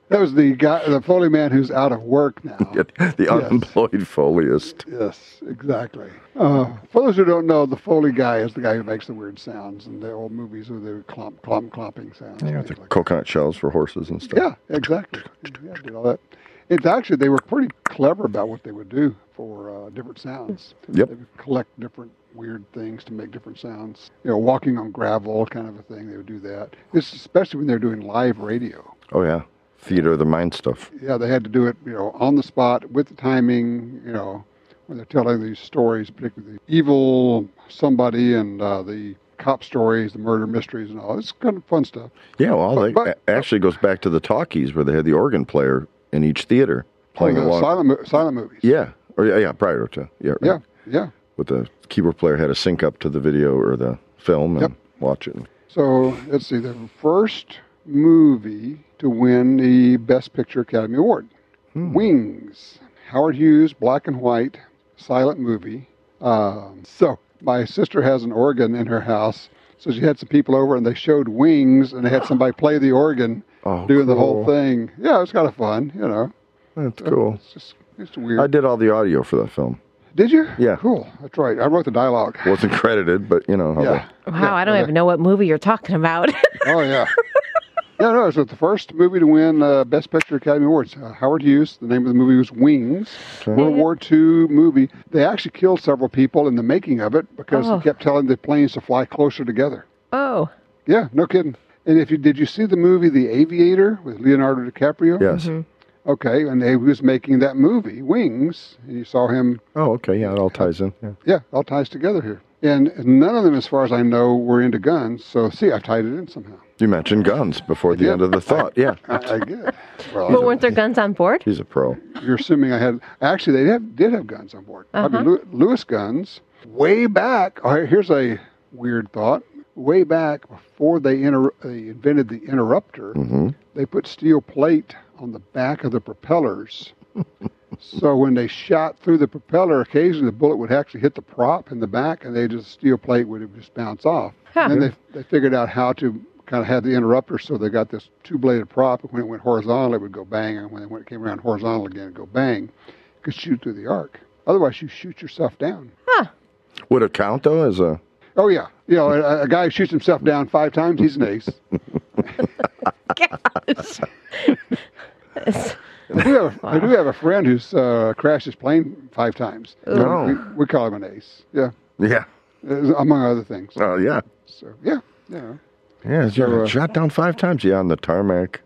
[SPEAKER 2] That was the guy, the Foley man who's out of work now.
[SPEAKER 3] The unemployed Foleyist.
[SPEAKER 2] Yes, exactly. Uh, for those who don't know, the Foley guy is the guy who makes the weird sounds in the old movies with the clomp, clomp, clomping sounds.
[SPEAKER 3] Yeah,
[SPEAKER 2] things
[SPEAKER 3] the
[SPEAKER 2] like
[SPEAKER 3] coconut shells for horses and stuff.
[SPEAKER 2] that. yeah exactly. Yeah, did all that. It's actually, they were pretty clever about what they would do for uh, different sounds.
[SPEAKER 3] Yep.
[SPEAKER 2] They would collect different weird things to make different sounds. You know, walking on gravel kind of a thing, they would do that. This, especially when they're doing live radio.
[SPEAKER 3] Oh, yeah. Theater of the mind stuff.
[SPEAKER 2] yeah, they had to do it, you know, on the spot with the timing, you know, when they're telling these stories, particularly the evil somebody and uh, the cop stories, the murder mysteries, and all. It's kind of fun stuff.
[SPEAKER 3] Yeah, well, that
[SPEAKER 2] But-
[SPEAKER 3] a- actually goes back to the talkies where they had the organ player in each theater playing
[SPEAKER 2] the
[SPEAKER 3] along.
[SPEAKER 2] uh, silent, mo- silent movies.
[SPEAKER 3] Yeah, or yeah, yeah, prior to yeah, right.
[SPEAKER 2] yeah, yeah.
[SPEAKER 3] With the keyboard player had to sync up to the video or the film and watch it.
[SPEAKER 2] So let's see, the first movie to win the Best Picture Academy Award
[SPEAKER 3] Hmm.
[SPEAKER 2] Wings. Howard Hughes, black and white, silent movie. Um, so my sister has an organ in her house. So she had some people over and they showed Wings and they had somebody play the organ
[SPEAKER 3] Oh,
[SPEAKER 2] doing the whole
[SPEAKER 3] cool.
[SPEAKER 2] thing. Yeah, it was kind of fun, you know.
[SPEAKER 3] That's cool.
[SPEAKER 2] It's just it's weird.
[SPEAKER 3] I did all the audio for that film.
[SPEAKER 2] Did you?
[SPEAKER 3] Yeah.
[SPEAKER 2] Cool. That's right. I wrote the dialogue.
[SPEAKER 3] Wasn't credited, but you know. how
[SPEAKER 2] Yeah.
[SPEAKER 4] Wow, I don't even know what movie you're talking about.
[SPEAKER 2] Oh yeah. yeah, no, it was the first movie to win uh, Best Picture Academy Awards. Uh, Howard Hughes. The name of the movie was Wings. World War II movie. They actually killed several people in the making of it because
[SPEAKER 4] Oh.
[SPEAKER 2] they kept telling the planes to fly closer together.
[SPEAKER 4] oh.
[SPEAKER 2] Yeah, no kidding. And if you did you see the movie The Aviator with Leonardo DiCaprio?
[SPEAKER 3] Yes.
[SPEAKER 2] Okay, and he was making that movie Wings, and you saw him.
[SPEAKER 3] Oh, okay. Yeah, it all ties in. Yeah.
[SPEAKER 2] Yeah, it all ties together here. And none of them, as far as I know, were into guns. So see, I've tied it in somehow.
[SPEAKER 3] You mentioned guns before the
[SPEAKER 2] Yeah.
[SPEAKER 3] end of the thought. Yeah.
[SPEAKER 2] I, I get. Well,
[SPEAKER 4] But weren't there guns on board?
[SPEAKER 3] He's a pro.
[SPEAKER 2] You're assuming I had. Actually, they did have, did have guns on board. Probably Lew- Lewis guns. Way back. All right, here's a weird thought. Way back before they, inter- they invented the interrupter, they put steel plate on the back of the propellers. so when they shot through the propeller, occasionally the bullet would actually hit the prop in the back, and they just steel plate would just bounce off. And then they they figured out how to kind of have the interrupter, so they got this two-bladed prop. And when it went horizontal, it would go bang, and when it, when it came around horizontal again, it'd go bang. It could shoot through the arc. Otherwise, you shoot yourself down.
[SPEAKER 3] Would it count though as a?
[SPEAKER 2] Oh yeah, you know, a, a guy who shoots himself down five times, he's an ace. I do have, I do have a friend who's uh, crashed his plane five times.
[SPEAKER 3] No.
[SPEAKER 2] We, we call him an ace. Yeah,
[SPEAKER 3] Yeah.
[SPEAKER 2] Uh, among other things.
[SPEAKER 3] Oh yeah.
[SPEAKER 2] So yeah, yeah.
[SPEAKER 3] Yeah. You
[SPEAKER 2] So, uh,
[SPEAKER 3] shot down five times. Yeah, on the tarmac.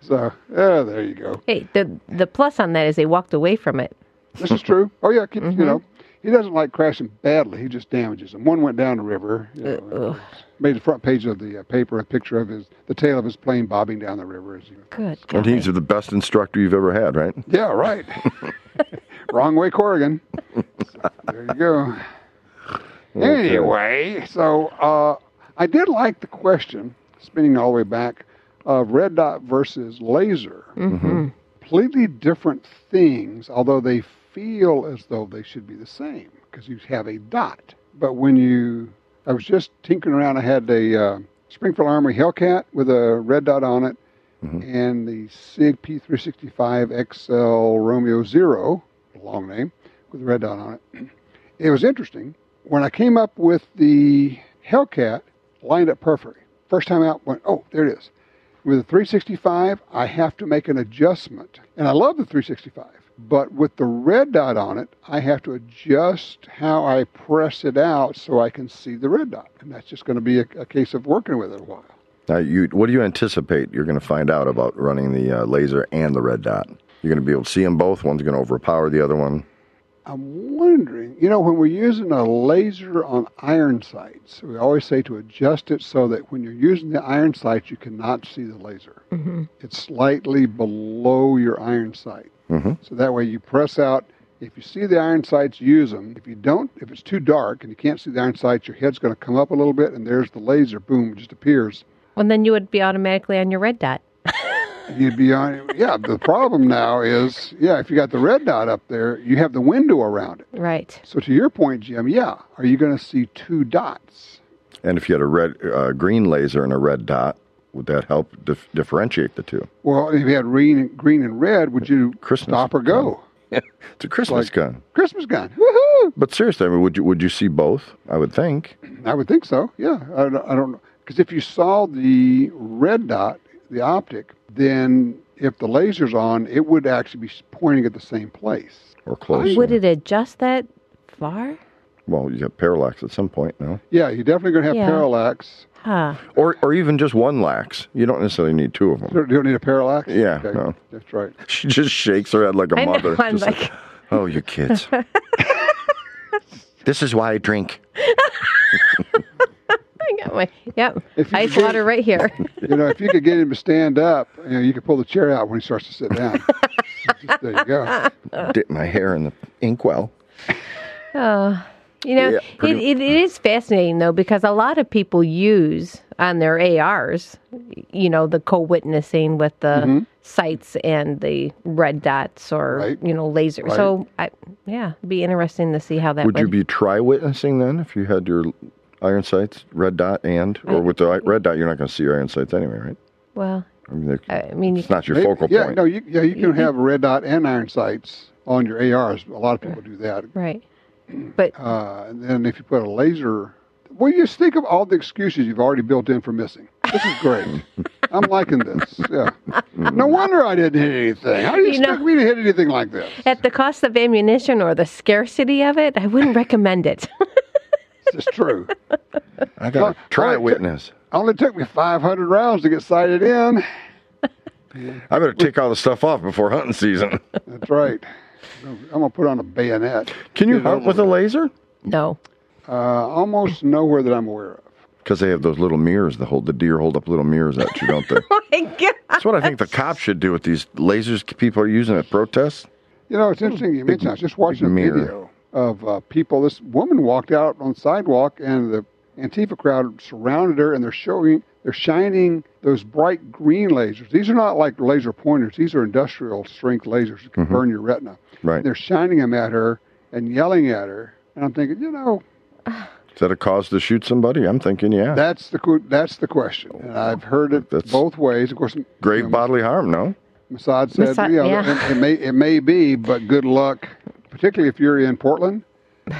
[SPEAKER 2] So yeah, there you go.
[SPEAKER 4] Hey, the the plus on that is they walked away from it.
[SPEAKER 2] This is true. Oh yeah, keep, you know, he doesn't like crashing badly. He just damages them. One went down the river. You know,
[SPEAKER 4] Ugh.
[SPEAKER 2] made the front page of the uh, paper a picture of his the tail of his plane bobbing down the river. As you
[SPEAKER 4] Good.
[SPEAKER 3] And
[SPEAKER 4] golly.
[SPEAKER 3] he's the best instructor you've ever had, right?
[SPEAKER 2] Yeah, right. Wrong way, Corrigan. So, there you go. Anyway, so uh, I did like the question, spinning all the way back, of red dot versus laser. Completely different things, although they feel as though they should be the same because you have a dot. But when you, I was just tinkering around. I had a uh, Springfield Armory Hellcat with a red dot on it and the SIG P365 XL Romeo Zero, long name, with a red dot on it. It was interesting. When I came up with the Hellcat, lined up perfectly. First time out, went, oh, there it is. With the 365, I have to make an adjustment. And I love the 365, but with the red dot on it, I have to adjust how I press it out so I can see the red dot. And that's just going to be a, a case of working with it a while.
[SPEAKER 3] Now, you, what do you anticipate you're going to find out about running the uh, laser and the red dot? You're going to be able to see them both. One's going to overpower the other one.
[SPEAKER 2] I'm wondering, you know, when we're using a laser on iron sights, we always say to adjust it so that when you're using the iron sights, you cannot see the laser. It's slightly below your iron sight. So that way you press out. If you see the iron sights, use them. If you don't, if it's too dark and you can't see the iron sights, your head's going to come up a little bit and there's the laser. Boom, it just appears.
[SPEAKER 4] And then you would be automatically on your red dot.
[SPEAKER 2] You'd be on. Yeah, the problem now is, yeah, if you got the red dot up there, you have the window around it.
[SPEAKER 4] Right.
[SPEAKER 2] So to your point, Jim, yeah, are you going to see two dots?
[SPEAKER 3] And if you had a red, uh, green laser and a red dot, would that help dif- differentiate the two?
[SPEAKER 2] Well, if you had green, green and red, would you
[SPEAKER 3] Christmas
[SPEAKER 2] stop or go?
[SPEAKER 3] It's a Christmas gun.
[SPEAKER 2] Christmas gun. Woohoo!
[SPEAKER 3] But seriously, I mean, would you would you see both? I would think.
[SPEAKER 2] I would think so. Yeah, I don't, I don't know because if you saw the red dot, the optic, then if the laser's on, it would actually be pointing at the same place.
[SPEAKER 3] Or close.
[SPEAKER 4] Would it adjust that far?
[SPEAKER 3] Well, you have parallax at some point, no?
[SPEAKER 2] Yeah, you're definitely going to have
[SPEAKER 4] Yeah.
[SPEAKER 2] parallax.
[SPEAKER 4] Huh.
[SPEAKER 3] Or or even just one lax. You don't necessarily need two of them.
[SPEAKER 2] Do you need a parallax?
[SPEAKER 3] Yeah, no.
[SPEAKER 2] that's right.
[SPEAKER 3] She just shakes her head like a
[SPEAKER 4] I know,
[SPEAKER 3] mother.
[SPEAKER 4] I'm
[SPEAKER 3] just
[SPEAKER 4] like-
[SPEAKER 3] oh, you kids. this is why I drink.
[SPEAKER 4] I got my yep.
[SPEAKER 2] If you
[SPEAKER 4] Ice
[SPEAKER 2] could-
[SPEAKER 4] water right here.
[SPEAKER 2] You know, if you could get him to stand up, you know, you could pull the chair out when he starts to sit down. Just- there you go.
[SPEAKER 3] Dip my hair in the inkwell.
[SPEAKER 4] You know,
[SPEAKER 3] Yeah,
[SPEAKER 4] it,
[SPEAKER 3] pretty-
[SPEAKER 4] it, it is fascinating though because a lot of people use on their ARs, you know, the co-witnessing with the
[SPEAKER 3] Mm-hmm.
[SPEAKER 4] sights and the red dots or
[SPEAKER 2] Right.
[SPEAKER 4] you know laser. So, I, yeah, it'd be interesting to see how that would.
[SPEAKER 3] Would you be tri witnessing then if you had your iron sights, red dot, and? Or
[SPEAKER 4] Mm.
[SPEAKER 3] with the i- red dot, you're not going to see your iron sights anyway, right?
[SPEAKER 4] well,
[SPEAKER 3] I mean, they're-
[SPEAKER 4] I mean, you,
[SPEAKER 3] it's not your
[SPEAKER 2] Maybe-
[SPEAKER 3] focal
[SPEAKER 2] yeah,
[SPEAKER 3] point.
[SPEAKER 2] no, you, yeah, you can have red dot and iron sights on your ARs. A lot of people do that.
[SPEAKER 4] right, but
[SPEAKER 2] Uh, and then if you put a laser, well, you just think of all the excuses you've already built in for missing. This is great. I'm liking this. Yeah.
[SPEAKER 3] Mm-hmm.
[SPEAKER 2] No wonder I didn't hit anything. How do you,
[SPEAKER 4] You know-
[SPEAKER 2] expect me to hit anything like this?
[SPEAKER 4] at the cost of ammunition or the scarcity of it, I wouldn't recommend it.
[SPEAKER 2] it's true.
[SPEAKER 3] I got a try witness.
[SPEAKER 2] Only took me 500 rounds to get sighted in.
[SPEAKER 3] I better take all the stuff off before hunting season.
[SPEAKER 2] That's right. I'm gonna put on a bayonet.
[SPEAKER 3] Can you
[SPEAKER 2] Get it
[SPEAKER 3] hunt
[SPEAKER 2] over
[SPEAKER 3] with a laser?
[SPEAKER 4] No.
[SPEAKER 2] Uh, almost nowhere that I'm aware of.
[SPEAKER 3] Because they have those little mirrors that hold the deer hold up little mirrors at you, don't they?
[SPEAKER 4] My God.
[SPEAKER 3] That's what I think the cops should do with these lasers people are using at protests.
[SPEAKER 2] You know, it's interesting you mentioned. I was just watching a
[SPEAKER 3] Hmm. mirror.
[SPEAKER 2] video of uh, people. This woman walked out on the sidewalk, and the Antifa crowd surrounded her, and they're showing, they're shining those bright green lasers. These are not like laser pointers; these are industrial strength lasers that can burn your retina.
[SPEAKER 3] Mm-hmm. Right.
[SPEAKER 2] And they're shining them at her and yelling at her, and I'm thinking, you know,
[SPEAKER 3] Is that a cause to shoot somebody? I'm thinking, yeah.
[SPEAKER 2] that's the que- that's the question, and I've heard it
[SPEAKER 3] That's-
[SPEAKER 2] both ways. Of course,
[SPEAKER 3] Grave bodily harm, no?
[SPEAKER 2] Massad said,
[SPEAKER 4] Massad,
[SPEAKER 2] you know,
[SPEAKER 4] yeah.
[SPEAKER 2] it, it may it may be, but good luck, particularly if you're in Portland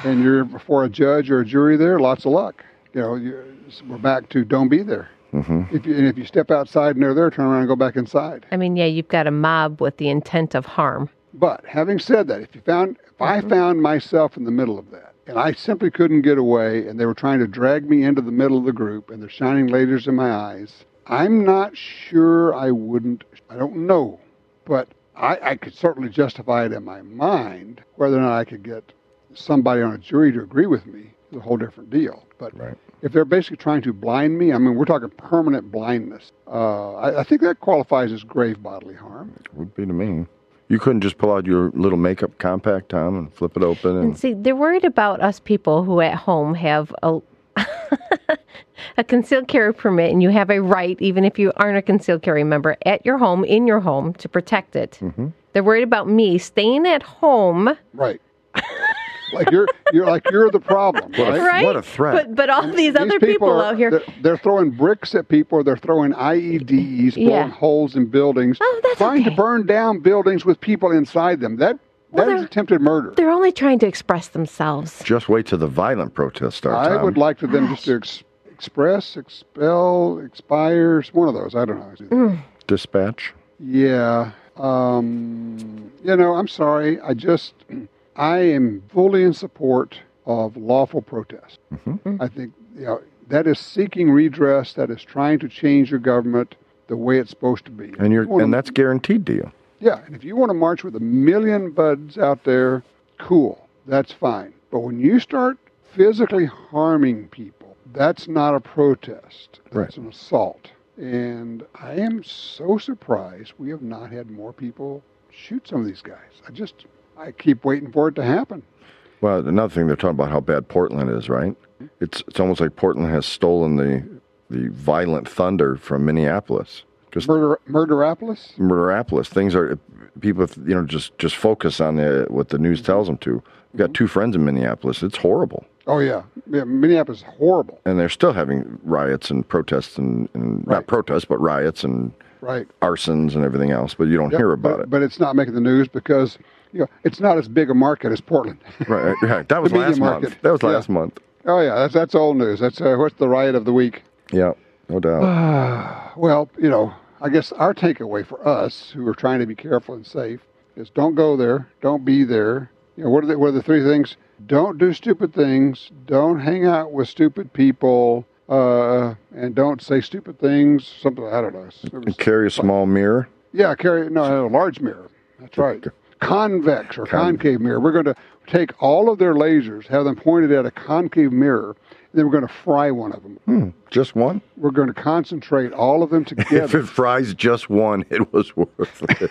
[SPEAKER 2] and you're before a judge or a jury there. Lots of luck. You know, you're, we're back to don't be there. Mm-hmm. If you, and if you step outside and they're there, turn around and go back inside.
[SPEAKER 4] I mean, yeah, you've got a mob with the intent of harm.
[SPEAKER 2] But having said that, if you found if I found myself in the middle of that and I simply couldn't get away and they were trying to drag me into the middle of the group and they're shining lasers in my eyes, I'm not sure I wouldn't I don't know, but I, I could certainly justify it in my mind whether or not I could get somebody on a jury to agree with me is a whole different deal. But
[SPEAKER 3] Right.
[SPEAKER 2] if they're basically trying to blind me, I mean, we're talking permanent blindness. Uh, I, I think that qualifies as grave bodily harm.
[SPEAKER 3] Would be to me. You couldn't just pull out your little makeup compact, Tom, and flip it open
[SPEAKER 4] And
[SPEAKER 3] and
[SPEAKER 4] see, they're worried about us people who at home have a a concealed carry permit, and you have a right, even if you aren't a concealed carry member, at your home, in your home, to protect it.
[SPEAKER 3] Mm-hmm.
[SPEAKER 4] They're worried about me staying at home,
[SPEAKER 2] Right. like you're you're like you're the problem,
[SPEAKER 3] a-
[SPEAKER 2] right?
[SPEAKER 4] right?
[SPEAKER 3] what a threat.
[SPEAKER 4] But, but all these, other people,
[SPEAKER 2] are-
[SPEAKER 4] out here,
[SPEAKER 2] They're, they're throwing bricks at people. They're throwing IEDs, blowing
[SPEAKER 4] Yeah.
[SPEAKER 2] holes in buildings,
[SPEAKER 4] Oh, that's
[SPEAKER 2] trying to
[SPEAKER 4] okay.
[SPEAKER 2] burn down buildings with people inside them. That that
[SPEAKER 4] Well,
[SPEAKER 2] is
[SPEAKER 4] they're-
[SPEAKER 2] attempted murder.
[SPEAKER 4] they're only trying to express themselves.
[SPEAKER 3] just wait till the violent protests start.
[SPEAKER 2] I
[SPEAKER 3] Tom.
[SPEAKER 2] would like to them just to ex- express, expel, expires, one of those. I don't know.
[SPEAKER 3] dispatch.
[SPEAKER 2] Yeah. Um, you know, I'm sorry. I just, I am fully in support of lawful protest.
[SPEAKER 3] Mm-hmm.
[SPEAKER 2] I think you know, that is seeking redress. That is trying to change your government the way it's supposed to be.
[SPEAKER 3] And
[SPEAKER 2] You
[SPEAKER 3] you're
[SPEAKER 2] wanna-
[SPEAKER 3] and that's guaranteed to you.
[SPEAKER 2] yeah, and if you want to march with a million buds out there, cool, that's fine. But when you start physically harming people, that's not a protest. That's
[SPEAKER 3] Right.
[SPEAKER 2] an assault. And I am so surprised we have not had more people shoot some of these guys. I just I keep waiting for it to happen.
[SPEAKER 3] Well, another thing they're talking about how bad Portland is, right? It's it's almost like Portland has stolen the the violent thunder from Minneapolis. Just
[SPEAKER 2] Murder Murderapolis?
[SPEAKER 3] Minneapolis, things are people you know just just focus on the, what the news tells them to. I've
[SPEAKER 2] Mm-hmm.
[SPEAKER 3] got two friends in Minneapolis. It's horrible,
[SPEAKER 2] Oh yeah. yeah Minneapolis is horrible.
[SPEAKER 3] and they're still having riots and protests and, and
[SPEAKER 2] Right.
[SPEAKER 3] not protests but riots and
[SPEAKER 2] Right.
[SPEAKER 3] arsons and everything else. But you don't hear about
[SPEAKER 2] but,
[SPEAKER 3] it.
[SPEAKER 2] But it's not making the news because you know, it's not as big a market as Portland.
[SPEAKER 3] right, right, right. That was
[SPEAKER 2] The media
[SPEAKER 3] last month.
[SPEAKER 2] market.
[SPEAKER 3] That was
[SPEAKER 2] Yeah.
[SPEAKER 3] last month.
[SPEAKER 2] Oh yeah, that's that's old news. That's uh, what's the riot of the week.
[SPEAKER 3] Yeah, no
[SPEAKER 2] Ah,
[SPEAKER 3] doubt.
[SPEAKER 2] Well, you know, I guess our takeaway for us who are trying to be careful and safe is don't go there, don't be there. You know, what are the, what are the three things? Don't do stupid things, don't hang out with stupid people, uh, and don't say stupid things. Something I don't know. It was-
[SPEAKER 3] Carry a small mirror.
[SPEAKER 2] yeah, carry no a large mirror. That's right. Convex or concave mirror. We're going to take all of their lasers, have them pointed at a concave mirror, and then we're going to fry one of them.
[SPEAKER 3] Just one?
[SPEAKER 2] We're going to concentrate all of them
[SPEAKER 3] If
[SPEAKER 2] together.
[SPEAKER 3] it fries just one, it was worth it.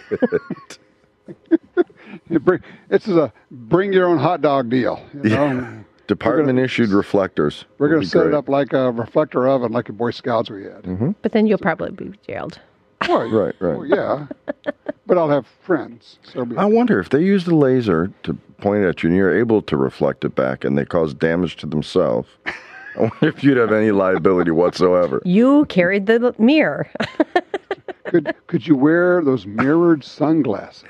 [SPEAKER 2] It bring, this is a bring your own hot dog deal. You know?
[SPEAKER 3] Department issued reflectors.
[SPEAKER 2] We're going
[SPEAKER 3] Would be
[SPEAKER 2] to set it
[SPEAKER 3] great. Mm-hmm.
[SPEAKER 2] up like a reflector oven, like the Boy Scouts we had.
[SPEAKER 4] But then you'll probably be jailed.
[SPEAKER 2] Well,
[SPEAKER 3] Right, right.
[SPEAKER 2] well, yeah, but I'll have friends. So it'll be-
[SPEAKER 3] I wonder if they used a laser to point at you and you're able to reflect it back and they cause damage to themselves. I wonder if you'd have any liability whatsoever.
[SPEAKER 4] You carried the l- mirror.
[SPEAKER 2] could could you wear those mirrored sunglasses?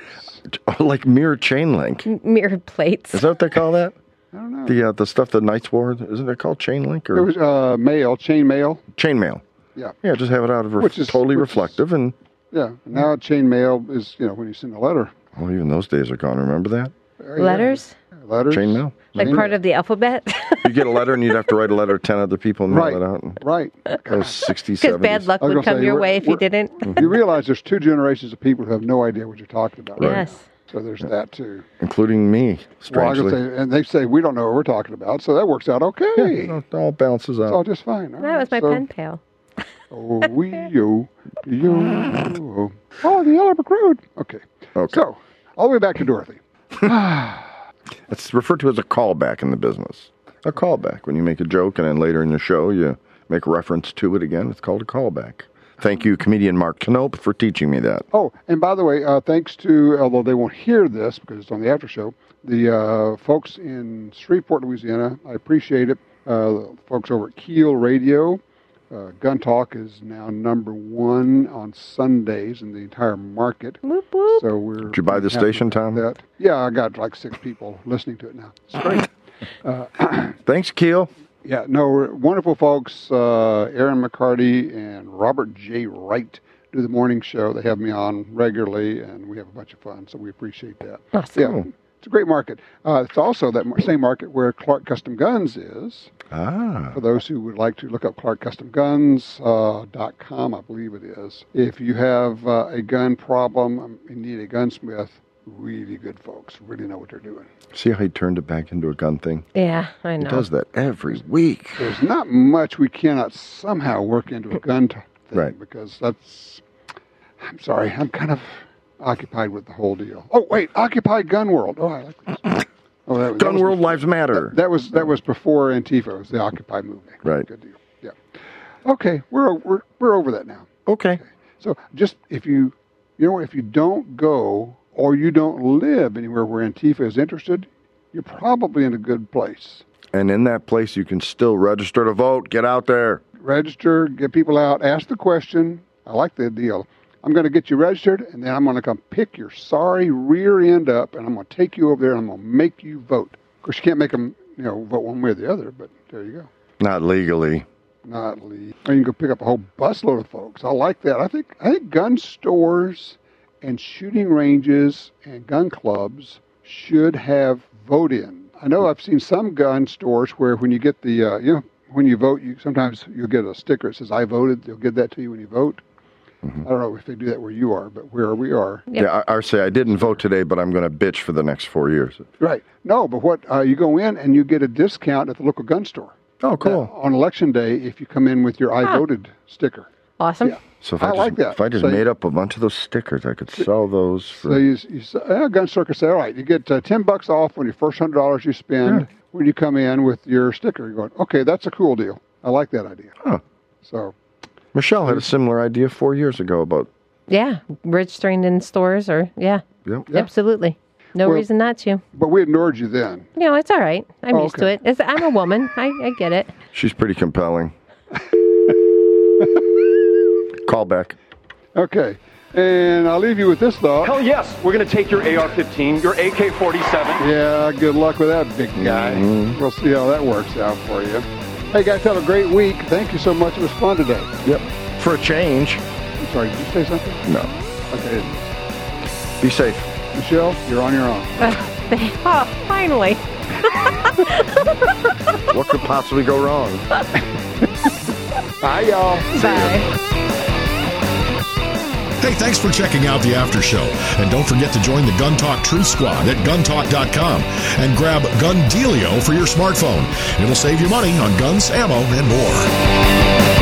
[SPEAKER 3] Oh, like mirror chain link.
[SPEAKER 4] mirror plates.
[SPEAKER 3] Is that what they call that?
[SPEAKER 2] I don't know.
[SPEAKER 3] The uh, the stuff the knights wore? Isn't it called chain link
[SPEAKER 2] There
[SPEAKER 3] or
[SPEAKER 2] was uh, mail, chain mail.
[SPEAKER 3] chain mail?
[SPEAKER 2] Yeah,
[SPEAKER 3] Yeah, just have it out of ref-
[SPEAKER 2] Which is-
[SPEAKER 3] totally
[SPEAKER 2] which is-
[SPEAKER 3] reflective and
[SPEAKER 2] yeah. Now chain mail is you know when you send a letter.
[SPEAKER 3] oh, well, even those days are gone. Remember that?
[SPEAKER 2] Uh, yeah.
[SPEAKER 4] Letters?
[SPEAKER 2] letters.
[SPEAKER 3] Chain mail.
[SPEAKER 4] Like part of the alphabet?
[SPEAKER 3] You get a letter and you'd have to write a letter to 10 other people and mail
[SPEAKER 2] right,
[SPEAKER 3] it out.
[SPEAKER 2] right.
[SPEAKER 3] That was 60,
[SPEAKER 4] Because
[SPEAKER 3] 70s.
[SPEAKER 4] bad luck
[SPEAKER 2] I was gonna
[SPEAKER 4] would come
[SPEAKER 2] say,
[SPEAKER 4] your
[SPEAKER 2] we're-
[SPEAKER 4] way if you
[SPEAKER 2] we're-
[SPEAKER 4] didn't.
[SPEAKER 3] Mm,
[SPEAKER 2] you realize there's two generations of people who have no idea what you're talking about. right
[SPEAKER 4] Yes.
[SPEAKER 2] now. So there's that too.
[SPEAKER 3] Including
[SPEAKER 2] Well,
[SPEAKER 3] me,
[SPEAKER 2] I
[SPEAKER 3] strangely.
[SPEAKER 2] can say, and they say we don't know what we're talking about, so that works out okay.
[SPEAKER 3] You know, it all balances
[SPEAKER 2] It's all
[SPEAKER 3] out.
[SPEAKER 2] just fine. All
[SPEAKER 4] That was
[SPEAKER 2] right,
[SPEAKER 4] my
[SPEAKER 2] so-
[SPEAKER 4] pen pal.
[SPEAKER 2] Oh, we yo yo. Oh, the Yellow Brick Road. Okay.
[SPEAKER 3] Okay.
[SPEAKER 2] So all the way back to Dorothy.
[SPEAKER 3] It's referred to as a callback in the business. A callback. When you make a joke and then later in the show you make reference to it again, it's called a callback. Thank you, comedian Mark Knope, for teaching me that.
[SPEAKER 2] Oh, and by the way, uh, thanks to although they won't hear this because it's on the after show, the uh, folks in Shreveport, Louisiana, I appreciate it. Uh, the folks over at Keel Radio, uh, Gun Talk is now number one on Sundays in the entire market.
[SPEAKER 4] Whoop, whoop.
[SPEAKER 2] So we're.
[SPEAKER 3] Did you buy the
[SPEAKER 2] happy
[SPEAKER 3] station,
[SPEAKER 2] about
[SPEAKER 3] Tom?
[SPEAKER 2] That. Yeah, I got like six people listening to it now. It's great.
[SPEAKER 3] Thanks, Keel.
[SPEAKER 2] Yeah, no, we're- wonderful folks. Uh, Aaron McCarty and Robert J. Wright do the morning show. They have me on regularly, and we have a bunch of fun, so we appreciate that. Yeah, it's a great market. Uh, it's also that mar- same market where Clark Custom Guns is.
[SPEAKER 3] Ah.
[SPEAKER 2] For those who would like to look up clarkcustomguns.com, I believe it is. If you have uh, a gun problem um, and need a gunsmith, really good folks, really know what they're doing.
[SPEAKER 3] See how he turned it back into a gun thing?
[SPEAKER 4] Yeah, I
[SPEAKER 3] He
[SPEAKER 4] know.
[SPEAKER 3] does that every week.
[SPEAKER 2] there's not much we cannot somehow work into a gun t- thing
[SPEAKER 3] Right.
[SPEAKER 2] because that's I'm sorry, I'm kind of occupied with the whole deal. Oh wait, Occupy Gun World. Oh, I like this. Oh, that, that
[SPEAKER 3] Gun
[SPEAKER 2] was,
[SPEAKER 3] World Lives Matter.
[SPEAKER 2] That was that was before Antifa. It was the Occupy movement.
[SPEAKER 3] Right.
[SPEAKER 2] Good deal. Yeah. Okay, we're o- we're we're over that now.
[SPEAKER 3] okay.
[SPEAKER 2] So just if you you know what, if you don't go or you don't live anywhere where Antifa is interested, you're probably in a good place.
[SPEAKER 3] And in that place, you can still register to vote. Get out there.
[SPEAKER 2] register, get people out, ask the question. I like the deal. I'm going to get you registered, and then I'm going to come pick your sorry rear end up, and I'm going to take you over there, and I'm going to make you vote. Of course, you can't make them, you know, vote one way or the other, but there you go.
[SPEAKER 3] Not legally.
[SPEAKER 2] Not leave. Or you can go pick up a whole busload of folks. I like that. I think I think gun stores and shooting ranges and gun clubs should have vote in. I know I've seen some gun stores where when you get the uh, you know when you vote, you sometimes you'll get a sticker that says "I voted." They'll give that to you when you vote. I don't know if they do that where you are, but where we are,
[SPEAKER 4] Yep.
[SPEAKER 3] Yeah, I, I say I didn't vote today, but I'm going to bitch for the next four years.
[SPEAKER 2] right? No, but what uh, you go in and you get a discount at the local gun store
[SPEAKER 3] Oh, cool.
[SPEAKER 2] on election day if you come in with your "I voted" sticker.
[SPEAKER 4] Awesome.
[SPEAKER 2] Yeah.
[SPEAKER 3] So if
[SPEAKER 2] I
[SPEAKER 3] I, just,
[SPEAKER 2] like that.
[SPEAKER 3] If I just
[SPEAKER 2] So you-
[SPEAKER 3] made up a bunch of those stickers, I could sell those for.
[SPEAKER 2] So you, you say, uh, gun circus say, all right, you get uh, ten bucks off on your first hundred dollars you spend when you come in with your sticker. You're going, okay, that's a cool deal. I like that idea.
[SPEAKER 3] Huh.
[SPEAKER 2] So
[SPEAKER 3] Michelle had a similar idea four years ago about.
[SPEAKER 4] Yeah. Registering in stores or, yeah,
[SPEAKER 3] Yep.
[SPEAKER 4] absolutely. No
[SPEAKER 2] Well-
[SPEAKER 4] reason not to.
[SPEAKER 2] but we ignored you then.
[SPEAKER 4] You know, it's all right. I'm
[SPEAKER 2] Oh,
[SPEAKER 4] used
[SPEAKER 2] okay.
[SPEAKER 4] to it. It's, I'm a woman. I, I get it.
[SPEAKER 3] She's pretty compelling. Call back.
[SPEAKER 2] Okay. And I'll leave you with this thought.
[SPEAKER 8] Hell yes, we're gonna take your AR-15, your AK-47.
[SPEAKER 2] Yeah, good luck with that big guy. We'll see how that works out for you. Hey guys, have a great week. Thank you so much. It was fun today.
[SPEAKER 3] Yep. For a change.
[SPEAKER 2] I'm sorry, did you say something?
[SPEAKER 3] No.
[SPEAKER 2] Okay. I
[SPEAKER 3] Be safe.
[SPEAKER 2] didn't. Michelle, you're on your own.
[SPEAKER 4] oh, finally.
[SPEAKER 3] What could possibly go wrong?
[SPEAKER 2] Bye y'all.
[SPEAKER 4] Bye.
[SPEAKER 1] Hey, thanks for checking out the after show. And don't forget to join the Gun Talk Truth Squad at guntalk.com and grab Gun Dealio for your smartphone. It'll save you money on guns, ammo, and more.